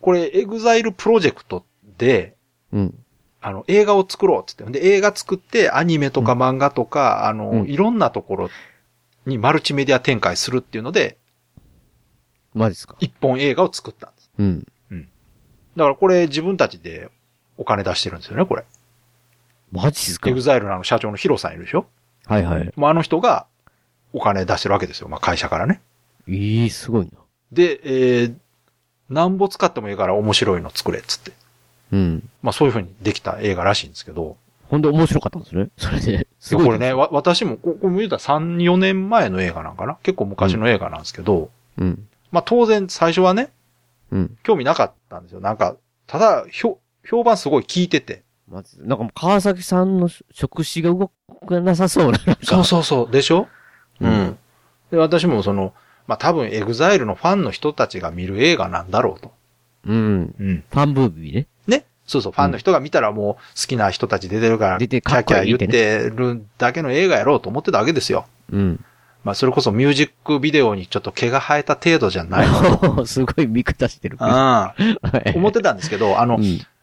Speaker 3: これ、エグザイルプロジェクトで、
Speaker 2: うん。
Speaker 3: あの、映画を作ろうっつって。で、映画作って、アニメとか漫画とか、あの、
Speaker 2: うん
Speaker 3: いろんなところにマルチメディア展開するっていうので、
Speaker 2: マジですか
Speaker 3: 一本映画を作ったんです。
Speaker 2: うん。
Speaker 3: だからこれ、自分たちでお金出してるんですよね、これ。
Speaker 2: マジですか
Speaker 3: エグザイルのあの社長のヒロさんいるでしょ
Speaker 2: はいはい。
Speaker 3: もうあの人がお金出してるわけですよ。まあ会社からね。
Speaker 2: ええすごいな。
Speaker 3: で、えー、なんぼ使ってもいいから面白いの作れっつって。
Speaker 2: うん。
Speaker 3: まあそういう風にできた映画らしいんですけど。
Speaker 2: ほんで面白かったんですね。それで。すごい。
Speaker 3: これね、。わ私も、ここ見たら3、4年前の映画なんかな結構昔の映画なんですけど、
Speaker 2: うん。
Speaker 3: まあ当然最初はね、
Speaker 2: うん。
Speaker 3: 興味なかったんですよ。なんか、ただ、評評判すごい聞いてて。
Speaker 2: マジでなんかもう川崎さんの職種が動かなさそうな。なんか
Speaker 3: そうそうそう。でしょ
Speaker 2: うん。
Speaker 3: で、私もその、まあ多分エグザイルのファンの人たちが見る映画なんだろうと。
Speaker 2: うん。
Speaker 3: うん。
Speaker 2: ファンブービーね。
Speaker 3: ね。そうそう、ファンの人が見たらもう好きな人たち出てるから、
Speaker 2: 出て
Speaker 3: キャ
Speaker 2: かっ
Speaker 3: ーキ
Speaker 2: こ
Speaker 3: ャ
Speaker 2: い
Speaker 3: ー
Speaker 2: いっ
Speaker 3: 言って
Speaker 2: ね
Speaker 3: てるだけの映画やろうと思ってたわけですよ。
Speaker 2: うん。
Speaker 3: まあ、それこそミュージックビデオにちょっと毛が生えた程度じゃない の。
Speaker 2: すごい見下してる。
Speaker 3: うん。思ってたんですけど、あの、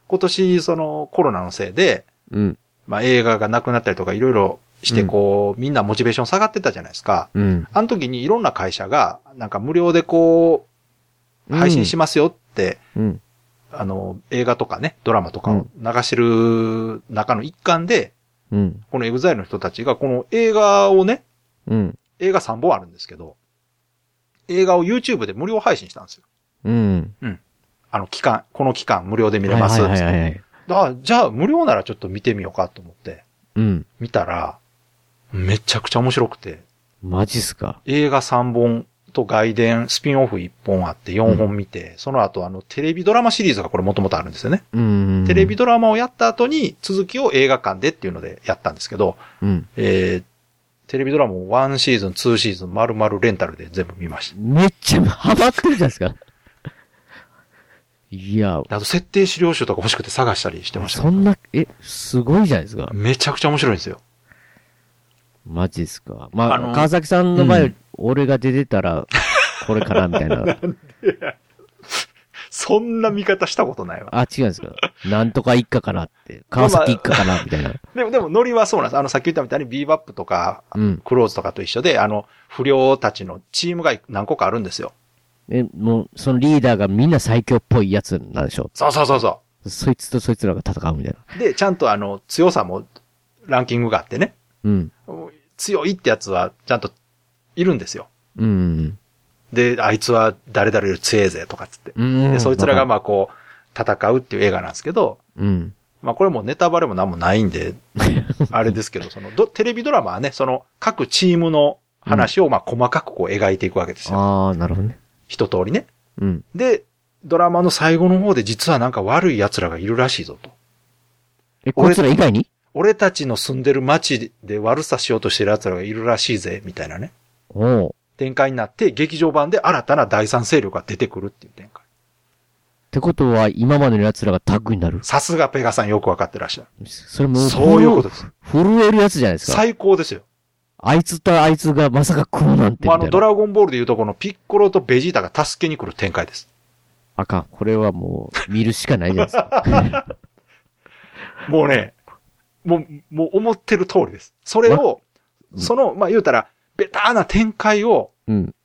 Speaker 3: 今年、その、コロナのせいで、
Speaker 2: うん。
Speaker 3: まあ、映画がなくなったりとかいろいろして、こう、みんなモチベーション下がってたじゃないですか。
Speaker 2: うん。
Speaker 3: あの時にいろんな会社が、なんか無料でこう、配信しますよって、
Speaker 2: うん。
Speaker 3: あの、映画とかね、ドラマとかを流してる中の一環で、
Speaker 2: うん。
Speaker 3: このエグザイルの人たちがこの映画をね、
Speaker 2: うん。
Speaker 3: 映画3本あるんですけど、映画を YouTube で無料配信したんですよ。
Speaker 2: うん。
Speaker 3: あの期間、この期間無料で見れます。
Speaker 2: はいはいはいはい。
Speaker 3: あじゃあ無料ならちょっと見てみようかと思って、
Speaker 2: うん。
Speaker 3: 見たら、めちゃくちゃ面白くて、
Speaker 2: マジっすか。
Speaker 3: 映画3本と外伝、スピンオフ1本あって4本見て、その後あのテレビドラマシリーズがこれもともとあるんですよね。
Speaker 2: うん。
Speaker 3: テレビドラマをやった後に続きを映画館でっていうのでやったんですけど、
Speaker 2: うん。
Speaker 3: えー、テレビドラマを1シーズン、2シーズン、丸々レンタルで全部見ました。
Speaker 2: めっちゃハマってるじゃないですか。いや、
Speaker 3: あと設定資料集とか欲しくて探したりしてました。
Speaker 2: そんな、え、すごいじゃないですか。
Speaker 3: めちゃくちゃ面白いんですよ。
Speaker 2: マジっすか。まあ、
Speaker 3: あの
Speaker 2: 川崎さんの場合、
Speaker 3: うん
Speaker 2: 俺が出てたら、これからみたい な。
Speaker 3: んでやそんな見方したことないわ。
Speaker 2: あ、違うんですか。なんとか一家かなって。川崎一家かなみたいな。
Speaker 3: でも、でも、ノリはそうなんです。あの、さっき言ったみたいに、ビーバップとか、
Speaker 2: うん。
Speaker 3: クローズとかと一緒で、あの、不良たちのチームが何個かあるんですよ。
Speaker 2: え、もう、そのリーダーがみんな最強っぽいやつなんでしょ。
Speaker 3: そうそうそうそう
Speaker 2: そいつとそいつらが戦うみたいな。
Speaker 3: う。で、ちゃんとあの、強さも、ランキングがあってね。
Speaker 2: うん。
Speaker 3: 強いってやつは、ちゃんと、いるんですよ。
Speaker 2: うん。
Speaker 3: で、あいつは誰々より強えぜ、とかっつって。
Speaker 2: うん
Speaker 3: で、そいつらが、まあ、こう、戦うっていう映画なんですけど、
Speaker 2: うん。
Speaker 3: まあこれもネタバレも何もない んで、あれですけど、そのど、テレビドラマはね、その各チームの話をまあ細かくこう描いていくわけですよ。
Speaker 2: ああ、なるほどね。
Speaker 3: 一通りね。
Speaker 2: うん。
Speaker 3: で、ドラマの最後の方で実はなんか悪い奴らがいるらしいぞと。
Speaker 2: え、こいつら以外に
Speaker 3: 俺たちの住んでる街で悪さしようとしてる奴らがいるらしいぜ、みたいなね。
Speaker 2: おう。
Speaker 3: 展開になって、劇場版で新たな第三勢力が出てくるっていう展開。
Speaker 2: ってことは、今までの奴らがタッグになる。
Speaker 3: さすがペガさんよくわかってらっしゃる。
Speaker 2: それもう、
Speaker 3: そういうことです。
Speaker 2: 震えるやつじゃないですか。
Speaker 3: 最高ですよ。
Speaker 2: あいつとあいつがまさかこうなんてみた
Speaker 3: もうあ
Speaker 2: いな。
Speaker 3: の、ドラゴンボールでいうとこのピッコロとベジータが助けに来る展開です。
Speaker 2: あかん。これはもう、見るしかないじゃない ですか。
Speaker 3: もうね、もう、もう思ってる通りです。それを、その、まあ、言うたら、ベターな展開を、
Speaker 2: うん。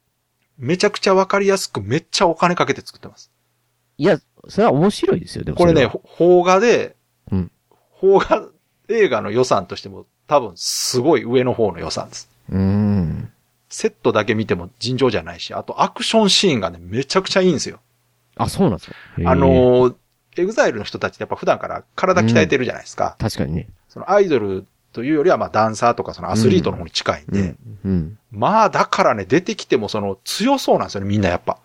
Speaker 3: めちゃくちゃわかりやすく、めっちゃお金かけて作ってます。
Speaker 2: いや、それは面白いですよ、でも
Speaker 3: これね、
Speaker 2: そは
Speaker 3: ほ邦画で、
Speaker 2: うん
Speaker 3: 邦画映画の予算としても、多分、すごい上の方の予算です。
Speaker 2: うーん。
Speaker 3: セットだけ見ても尋常じゃないし、あとアクションシーンがね、めちゃくちゃいいんですよ。
Speaker 2: あ、そうなんですか。へー
Speaker 3: あ、のー、エグザイルの人たちってやっぱ普段から体鍛えてるじゃないですか。
Speaker 2: 確かにね。
Speaker 3: そのアイドルというよりは、まあダンサーとかそのアスリートの方に近いんで、
Speaker 2: うん。
Speaker 3: まあだからね、出てきてもその強そうなんですよね、みんなやっぱ。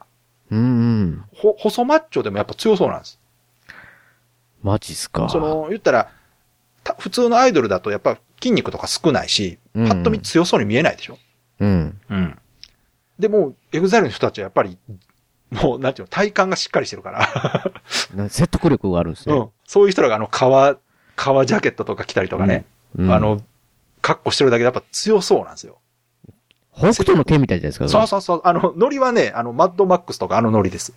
Speaker 2: うんうん。
Speaker 3: ほ、細マッチョでもやっぱ強そうなんです。
Speaker 2: マジっすか。
Speaker 3: その、言ったら、た普通のアイドルだとやっぱ筋肉とか少ないし、
Speaker 2: うんうん
Speaker 3: パッと見強そうに見えないでしょ。
Speaker 2: うん。
Speaker 3: うん。でも、エグザイルの人たちはやっぱり、もう、なんていうの、体幹がしっかりしてるから。
Speaker 2: な説得力があるんです
Speaker 3: う
Speaker 2: ね。
Speaker 3: ん。そういう人らがあの、革、革ジャケットとか着たりとかね。
Speaker 2: うん
Speaker 3: あの、格好してるだけでやっぱ強そうなんですよ。
Speaker 2: 北斗の剣みたいじゃないですか。
Speaker 3: そうそうそう。あの、ノリはね、あの、マッドマックスとかあのノリです。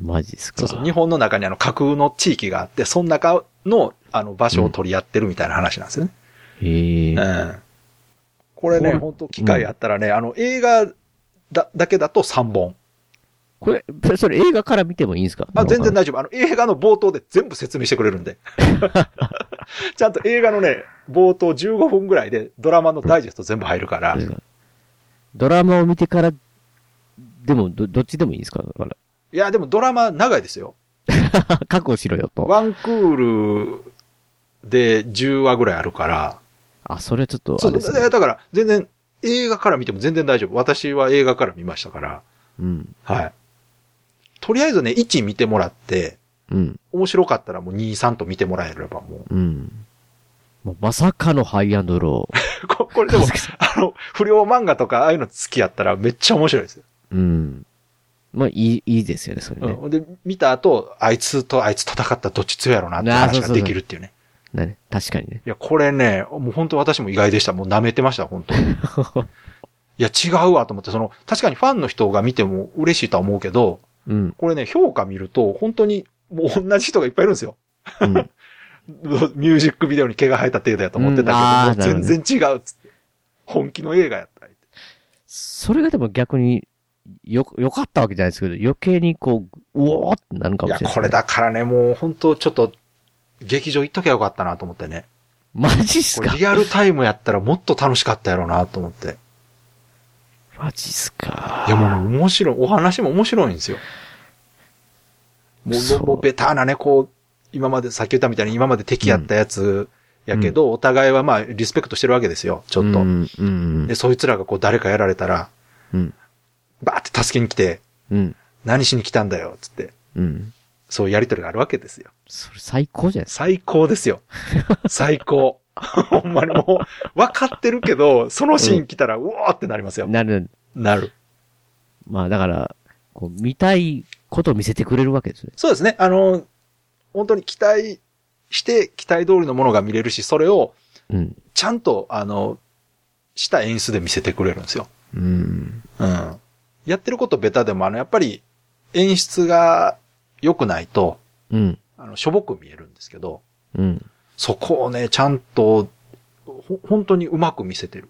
Speaker 2: マジっすか。
Speaker 3: そうそう。日本の中にあの、架空の地域があって、その中の、あの、場所を取り合ってるみたいな話なんですよね。
Speaker 2: へえ。
Speaker 3: うん。これね、
Speaker 2: これ
Speaker 3: 本当機会あったらね、あの、映画だ、だけだと3本。
Speaker 2: これ、それ映画から見てもいいんですか
Speaker 3: あ、全然大丈夫。あの、映画の冒頭で全部説明してくれる んで。ちゃんと映画のね、冒頭15分ぐらいでドラマのダイジェスト全部入るから、い
Speaker 2: ドラマを見てから、でも、ど、どっちでもいいんですかだから
Speaker 3: や、でもドラマ長いですよ。
Speaker 2: 覚悟しろよと。
Speaker 3: ワンクールで10話ぐらいあるから、
Speaker 2: あ、それはちょっと、
Speaker 3: そ
Speaker 2: あ
Speaker 3: う
Speaker 2: れで
Speaker 3: だ
Speaker 2: す
Speaker 3: か
Speaker 2: ね。
Speaker 3: らだから全然映画から見ても全然大丈夫。私は映画から見ましたから、
Speaker 2: うん。
Speaker 3: はい。とりあえずね、1見てもらって、
Speaker 2: うん。
Speaker 3: 面白かったらもう2、3と見てもらえればも
Speaker 2: うん。ままさかのハイアンドロー。
Speaker 3: う。 ここれでも、あの、不良漫画とかああいうの好きやったらめっちゃ面白いですよ。
Speaker 2: うん。まあ、いい、いいですよね、それね。
Speaker 3: うん、で、見た後、あいつとあいつ戦ったらどっち強いやろなって
Speaker 2: あー
Speaker 3: 話
Speaker 2: そう
Speaker 3: が
Speaker 2: そうそう
Speaker 3: できるっていうね。
Speaker 2: ね確かにね。
Speaker 3: いや、これね、もう本当私も意外でした。もう舐めてました、本当に。いや、違うわと思って、その、確かにファンの人が見ても嬉しいとは思うけど、
Speaker 2: うん。
Speaker 3: これね、評価見ると、本当に、もう同じ人がいっぱいいるんですよ。 ミュージックビデオに毛が生えた程度やと思って
Speaker 2: うんあー
Speaker 3: たけ
Speaker 2: なる
Speaker 3: ど、
Speaker 2: ほ
Speaker 3: もう
Speaker 2: ど
Speaker 3: 全然違うっつって。本気の映画やった。
Speaker 2: それがでも逆に、よ、良かったわけじゃないですけど、余計にこう、うおーってなるか
Speaker 3: い
Speaker 2: も
Speaker 3: や、
Speaker 2: しれない。
Speaker 3: これだからね、もう本当ちょっと、劇場行っときゃよかったなと思っ てね。
Speaker 2: マジっす
Speaker 3: かリアルタイムやったらもっと楽しかったやろうなと思って。
Speaker 2: マジっすか。
Speaker 3: いや、もう面白い、お話も面白いんですよ。もう、もうベターなね、こう、今まで、さっき言ったみたいに今まで敵やったやつやけど、お互いはまあ、リスペクトしてるわけですよ、ちょっと。
Speaker 2: うん、うん
Speaker 3: で、。そいつらがこう、誰かやられたら、
Speaker 2: うん
Speaker 3: バーって助けに来て、
Speaker 2: うん。
Speaker 3: 何しに来たんだよ、つって。
Speaker 2: うん。
Speaker 3: そういうやりとりがあるわけですよ。
Speaker 2: それ最高じゃないですか。
Speaker 3: 最高で すよ。最高。 ほんまにもう、分かってるけど、そのシーン来たら、うおーってなりますよ。
Speaker 2: なる。
Speaker 3: なる。
Speaker 2: まあだから、こう、見たいことを見せてくれるわけですね。
Speaker 3: そうですね。あの、本当に期待して、期待通りのものが見れるし、それを、
Speaker 2: うん。
Speaker 3: ちゃんと、あの、した演出で見せてくれるんですよ。
Speaker 2: うん。
Speaker 3: うん。やってることベタでも、あの、やっぱり、演出が良くないと、
Speaker 2: うん。
Speaker 3: あの、しょぼく見えるんですけど、
Speaker 2: うん。
Speaker 3: そこをね、ちゃんと、ほ本当にうまく見せてる。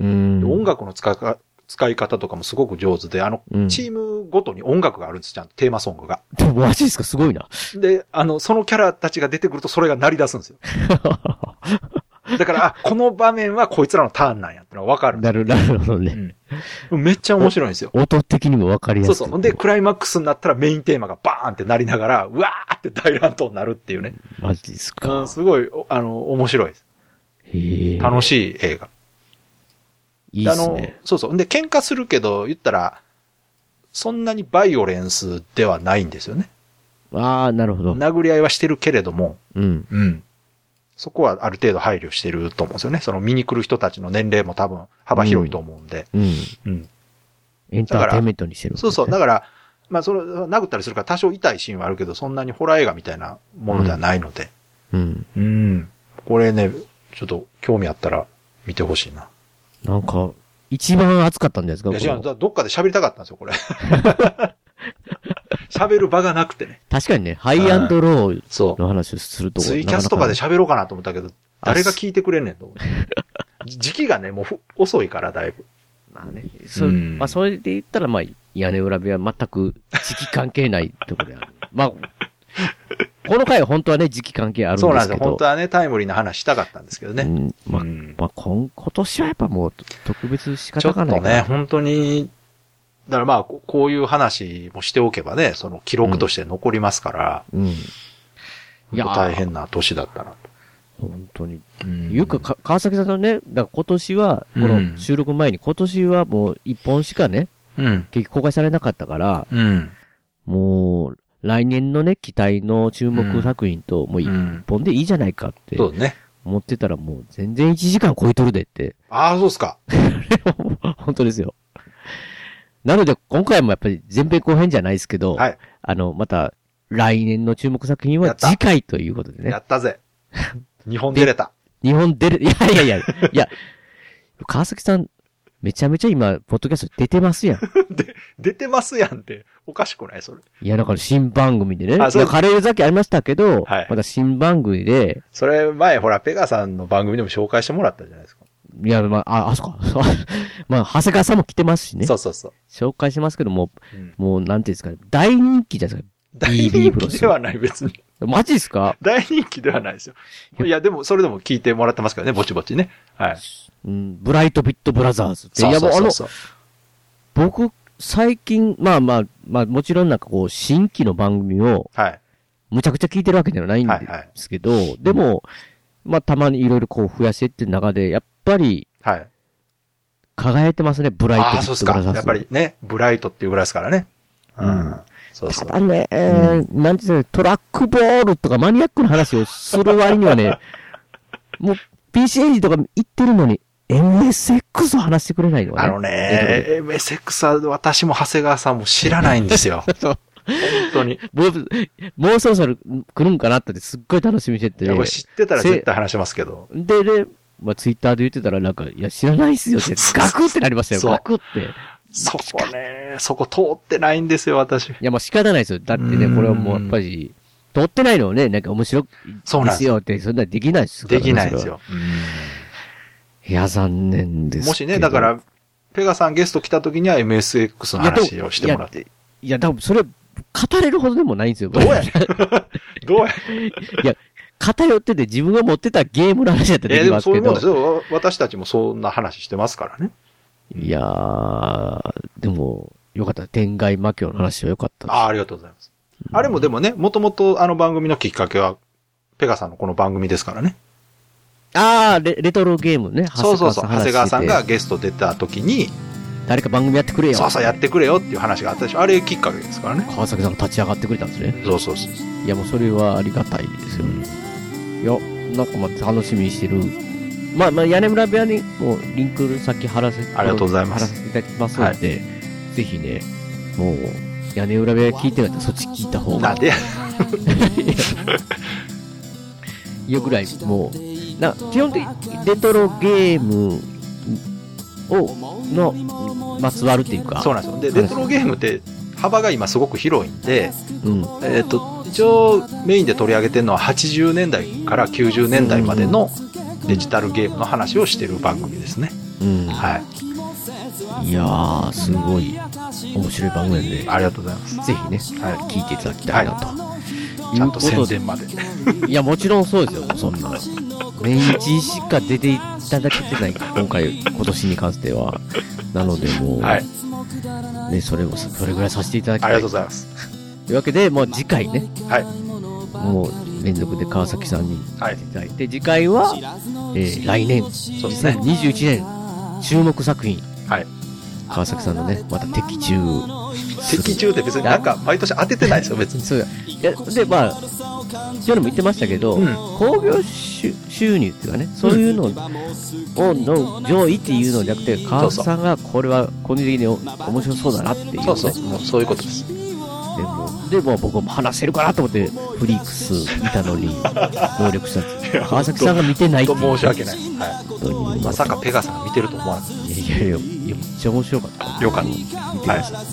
Speaker 2: うん。
Speaker 3: 音楽の使いか使い方とかもすごく上手で、あの
Speaker 2: う、ん
Speaker 3: チームごとに音楽があるんです、ちゃんとテーマソングが。
Speaker 2: でもマジっすか、すごい な。
Speaker 3: で、あの、そのキャラたちが出てくるとそれが鳴り出すんですよ。だから、あ、この場面はこいつらのターンなんやってのがわかる。
Speaker 2: なる、なるほどね。
Speaker 3: めっちゃ面白いんですよ。
Speaker 2: 音的にもわかりやす
Speaker 3: そ。
Speaker 2: いう
Speaker 3: そう。ほんで、クライマックスになったらメインテーマがバーンってなりながら、うわーって大乱闘になるっていうね。
Speaker 2: マジっすか。
Speaker 3: うん、すごい、おあの、面白いです。
Speaker 2: へえ。
Speaker 3: 楽しい映画。
Speaker 2: いいっすね
Speaker 3: あの、そうそう。で、喧嘩するけど、言ったら、そんなにバイオレンスではないんですよね。
Speaker 2: ああ、なるほど。
Speaker 3: 殴り合いはしてるけれども、
Speaker 2: うん。
Speaker 3: うん。そこはある程度配慮してると思うんですよね。その見に来る人たちの年齢も多分幅広いと思うんで。
Speaker 2: うん。
Speaker 3: うん。
Speaker 2: エンターテインメントにしてる。
Speaker 3: そうそう。だから、まあ、その、殴ったりするから多少痛いシーンはあるけど、そんなにホラー映画みたいなものではないので。
Speaker 2: うん。
Speaker 3: うん。これね、ちょっと興味あったら見てほしいな。
Speaker 2: なんか、一番熱かったんじゃない
Speaker 3: い
Speaker 2: ですか
Speaker 3: や、違
Speaker 2: こ
Speaker 3: う、
Speaker 2: の
Speaker 3: だどっかで喋りたかったんですよ、これ。 喋る場がなくてね。
Speaker 2: 確かにね、ハイアンドロ
Speaker 3: ー
Speaker 2: の話をすると
Speaker 3: ツイキャスとかで喋ろうかなと思ったけど、誰が聞いてくれんねん と思って。時期がね、もうふ遅いから、だいぶ。
Speaker 2: まあね、そう
Speaker 3: うん
Speaker 2: まあ、それで言ったら、まあ、屋根裏部屋は全く時期関係ないところである。まあ、この回は本当はね、時期関係あるん
Speaker 3: そう
Speaker 2: で
Speaker 3: なん
Speaker 2: す
Speaker 3: です
Speaker 2: け
Speaker 3: よ。本
Speaker 2: ど
Speaker 3: 当、はね、タイムリーな話したかったんですけどね。
Speaker 2: まあ
Speaker 3: うん
Speaker 2: まあ、今今年はやっぱもう特別仕
Speaker 3: ちょ
Speaker 2: 方
Speaker 3: っと
Speaker 2: がないか
Speaker 3: ね、
Speaker 2: ら。
Speaker 3: 本当に、だからまあ、ここういう話もしておけばね、その記録として残りますから、
Speaker 2: うん。いや
Speaker 3: 本当大変な年だったな
Speaker 2: 本当に。
Speaker 3: と。
Speaker 2: よくか、川崎さんのね、だから今年は、こ
Speaker 3: う
Speaker 2: の
Speaker 3: ん
Speaker 2: 収録前に、今年はもう一本しかね、
Speaker 3: うん。
Speaker 2: 結局公開されなかったから、
Speaker 3: うん。
Speaker 2: もう、来年のね、期待の注目作品と、もう一
Speaker 3: うん
Speaker 2: 本でいいじゃないかって、
Speaker 3: そうね。
Speaker 2: 思ってたらもう全然1時間超えとるでって、
Speaker 3: ああ、そうっすか。
Speaker 2: 本当ですよ。なので、今回もやっぱり前編後編じゃないですけど、
Speaker 3: はい
Speaker 2: あの、また、来年の注目作品
Speaker 3: や
Speaker 2: は
Speaker 3: った
Speaker 2: 次回ということで
Speaker 3: や
Speaker 2: ね。
Speaker 3: ったぜ。日本出れた。
Speaker 2: 日本出る、 いやいやいや、いや、川崎さん、めちゃめちゃ今、ポッドキャスト出てますやん。
Speaker 3: 出てますやんって、おかしくないそれ。
Speaker 2: いや、だから新番組でね。
Speaker 3: あそうです
Speaker 2: まカレー酒ありましたけど、
Speaker 3: はい
Speaker 2: また新番組で、
Speaker 3: それ前、ほら、ペガさんの番組でも紹介してもらったじゃないですか。
Speaker 2: いや、まあ、あ、あ、そっか。そう まあ、長谷川さんも来てますしね
Speaker 3: そ。うそうそう。
Speaker 2: 紹介しますけども、
Speaker 3: うん
Speaker 2: もう、なんていうんですか、大人気じゃないですか。
Speaker 3: 大
Speaker 2: BB
Speaker 3: 人
Speaker 2: プロ
Speaker 3: 気
Speaker 2: ス
Speaker 3: で。はない、別に。
Speaker 2: マジですか
Speaker 3: 大人気ではないですよ。いや、でも、それでも聞いてもらってますからね、ぼちぼちね。はい。
Speaker 2: うん、ブライトビットブラザーズって。いや、もうあの、
Speaker 3: そう
Speaker 2: 僕、最近、まあまあ、まあ、もちろんなんかこう、新規の番組を、
Speaker 3: はい。
Speaker 2: むちゃくちゃ聞いてるわけではないん
Speaker 3: はいはい
Speaker 2: ですけど、でも、まあ、たまにいろいろこう、増やしてって中で、やっぱり、
Speaker 3: はい。
Speaker 2: 輝いてますね、ブライト
Speaker 3: ああ、
Speaker 2: ビ
Speaker 3: そうっ
Speaker 2: ッ
Speaker 3: す
Speaker 2: トブ
Speaker 3: か。
Speaker 2: ラザーズ。
Speaker 3: やっぱりね、ブライトっていうぐらいですからね。うん。そうそ
Speaker 2: ただ
Speaker 3: う。
Speaker 2: ね、なんていうの、トラックボールとかマニアックな話をする割には ね、もう PC エンジンとか言ってるのに、MSX を話してくれないのが
Speaker 3: あのね、MSX は私も長谷川さんも知らないんですよ。当に。
Speaker 2: もう、もうそろそろ来るんかなってすっごい楽しみにしてて。
Speaker 3: いやこれ知ってたら絶対話しますけど。
Speaker 2: せで、で、まあ、ツイッターで言ってたらなんか、いや、知らないっすよ って、ガクってなりましたよ、
Speaker 3: そう
Speaker 2: ガクって。い
Speaker 3: そこね、そこ通ってないんですよ、私。
Speaker 2: や、もう仕方ないですよ。だってね、これはもうやっぱり、通ってないのをね、なんか面白い
Speaker 3: そう
Speaker 2: で
Speaker 3: なんですすよ
Speaker 2: よって、そんなできないですから
Speaker 3: で
Speaker 2: ね
Speaker 3: きないです。よ
Speaker 2: そ。れはいや、残念ですけど。
Speaker 3: もしね、だから、ペガさんゲスト来た時には MSX の話をしてもらっていい。
Speaker 2: いや、多分それ、語れるほどでもないんですよ。ど
Speaker 3: うやどうや
Speaker 2: いや、 偏ってて自分が持ってたゲームの話だったら
Speaker 3: え
Speaker 2: で
Speaker 3: ー
Speaker 2: き
Speaker 3: で
Speaker 2: ま
Speaker 3: も
Speaker 2: す
Speaker 3: そう
Speaker 2: け
Speaker 3: いうも
Speaker 2: ど
Speaker 3: んです。よ。私たちもそんな話してますからね。
Speaker 2: いやー、でも、よかった。天外魔境の話はよかった。
Speaker 3: ああ、ありがとうございます。あれもでもね、もともとあの番組のきっかけは、ペガさんのこの番組ですからね。
Speaker 2: あー、レレトロゲームね。
Speaker 3: そうそうそう。長谷川さん
Speaker 2: 話
Speaker 3: が
Speaker 2: してて
Speaker 3: ゲスト出た時に、
Speaker 2: 誰か番組やってくれよ。
Speaker 3: そうそうやってくれよっていう話があったでしょ。あれきっかけですからね。
Speaker 2: 川崎さんが立ち上がってくれたんですね。
Speaker 3: そうそうそう。
Speaker 2: いや、もうそれはありがたいですよね。いや、なんかまあ楽しみにしてる。まあまあ、屋根裏部屋にもうリンク先貼らせて、
Speaker 3: ありがとうございます
Speaker 2: 貼らせていただきますので、ぜひね、もう、屋根裏部屋聞いてなかったらそっち聞いた方が。
Speaker 3: なんで
Speaker 2: いやぐらい、もう、な、基本的にレトロゲームを、の、まつわるっていうか。
Speaker 3: そうなんですよ。で、レトロゲームって幅が今すごく広いんで、
Speaker 2: うん。
Speaker 3: えっと一応メインで取り上げてるのは80年代から90年代までのデジタルゲームの話をしてる番組ですね、
Speaker 2: うん。
Speaker 3: はい、
Speaker 2: いやー、すごい面白い番組なんで、
Speaker 3: ありがとうございます
Speaker 2: ぜひね、聞いていただきたいなと。
Speaker 3: ちゃんと宣伝まで
Speaker 2: いや、もちろんそうですよ、そんな。年一しか出ていただけてない、今回、今年に関しては。なので、もう、ね、それを、それぐらいさせていただきたい。
Speaker 3: ありがとうございます。
Speaker 2: というわけで、もう次回ね、
Speaker 3: はい
Speaker 2: もう連続で川崎さんに来ていただいて、次回は、えー来年、
Speaker 3: そうですね
Speaker 2: 2021年、注目作品。
Speaker 3: はい
Speaker 2: 川崎さんのね、また的中。
Speaker 3: 敵中って別になんか毎年当ててないですよ別に
Speaker 2: そういやでまあ今日も言ってましたけど、
Speaker 3: うん
Speaker 2: 興行収収入っていうかねそういうのを、の上位っていうのじゃなくて川崎さんがこれは個人的にお面白そうだなっていう、ね、
Speaker 3: そうそうもうそういうことです
Speaker 2: でもでも僕も話せるかなと思ってフリークス見たのに能力者川崎さんが見てないっていう
Speaker 3: 申し訳ないです、はい、まさかペガさんが見てると思わず
Speaker 2: いやいやいやいやめっちゃ面白かった
Speaker 3: よかった
Speaker 2: 見てください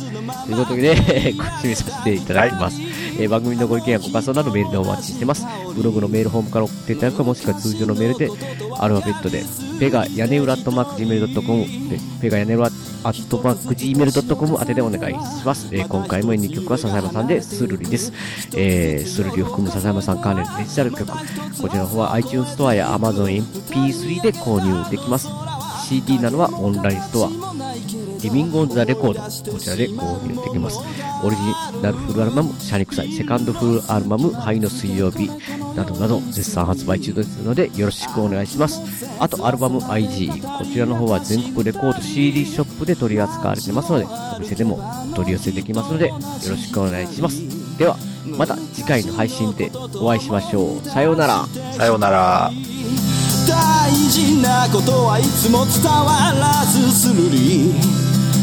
Speaker 2: ということで、 ご趣味させていただきます、えー番組のご意見やご感想などメールでお待ちしてます。ブログのメールホームから送っていただくか、もしくは通常のメールで、アルファベットで、ペガ屋根裏アットマーク Gmail.com、ペガ屋根裏アットマーク Gmail.com 宛てでお願いします。えー今回も演技曲は笹山さんで、スルリです。えースルリを含む笹山さん関連のデジタル曲、こちらの方は iTunes ストアや Amazon MP3 で購入できます。CD などはオンラインストア、リビング・オン・ザ・レコード、こちらで購入できます。オリジナルフルアルバム、シャニクサイ、セカンドフルアルバム、ハイの水曜日、などなど、絶賛発売中ですので、よろしくお願いします。あと、アルバム IG、こちらの方は全国レコード CD ショップで取り扱われてますので、お店でもお取り寄せできますので、よろしくお願いします。では、また次回の配信でお会いしましょう。さようなら。
Speaker 3: さようなら。
Speaker 1: 大事なことはいつも伝わらずするり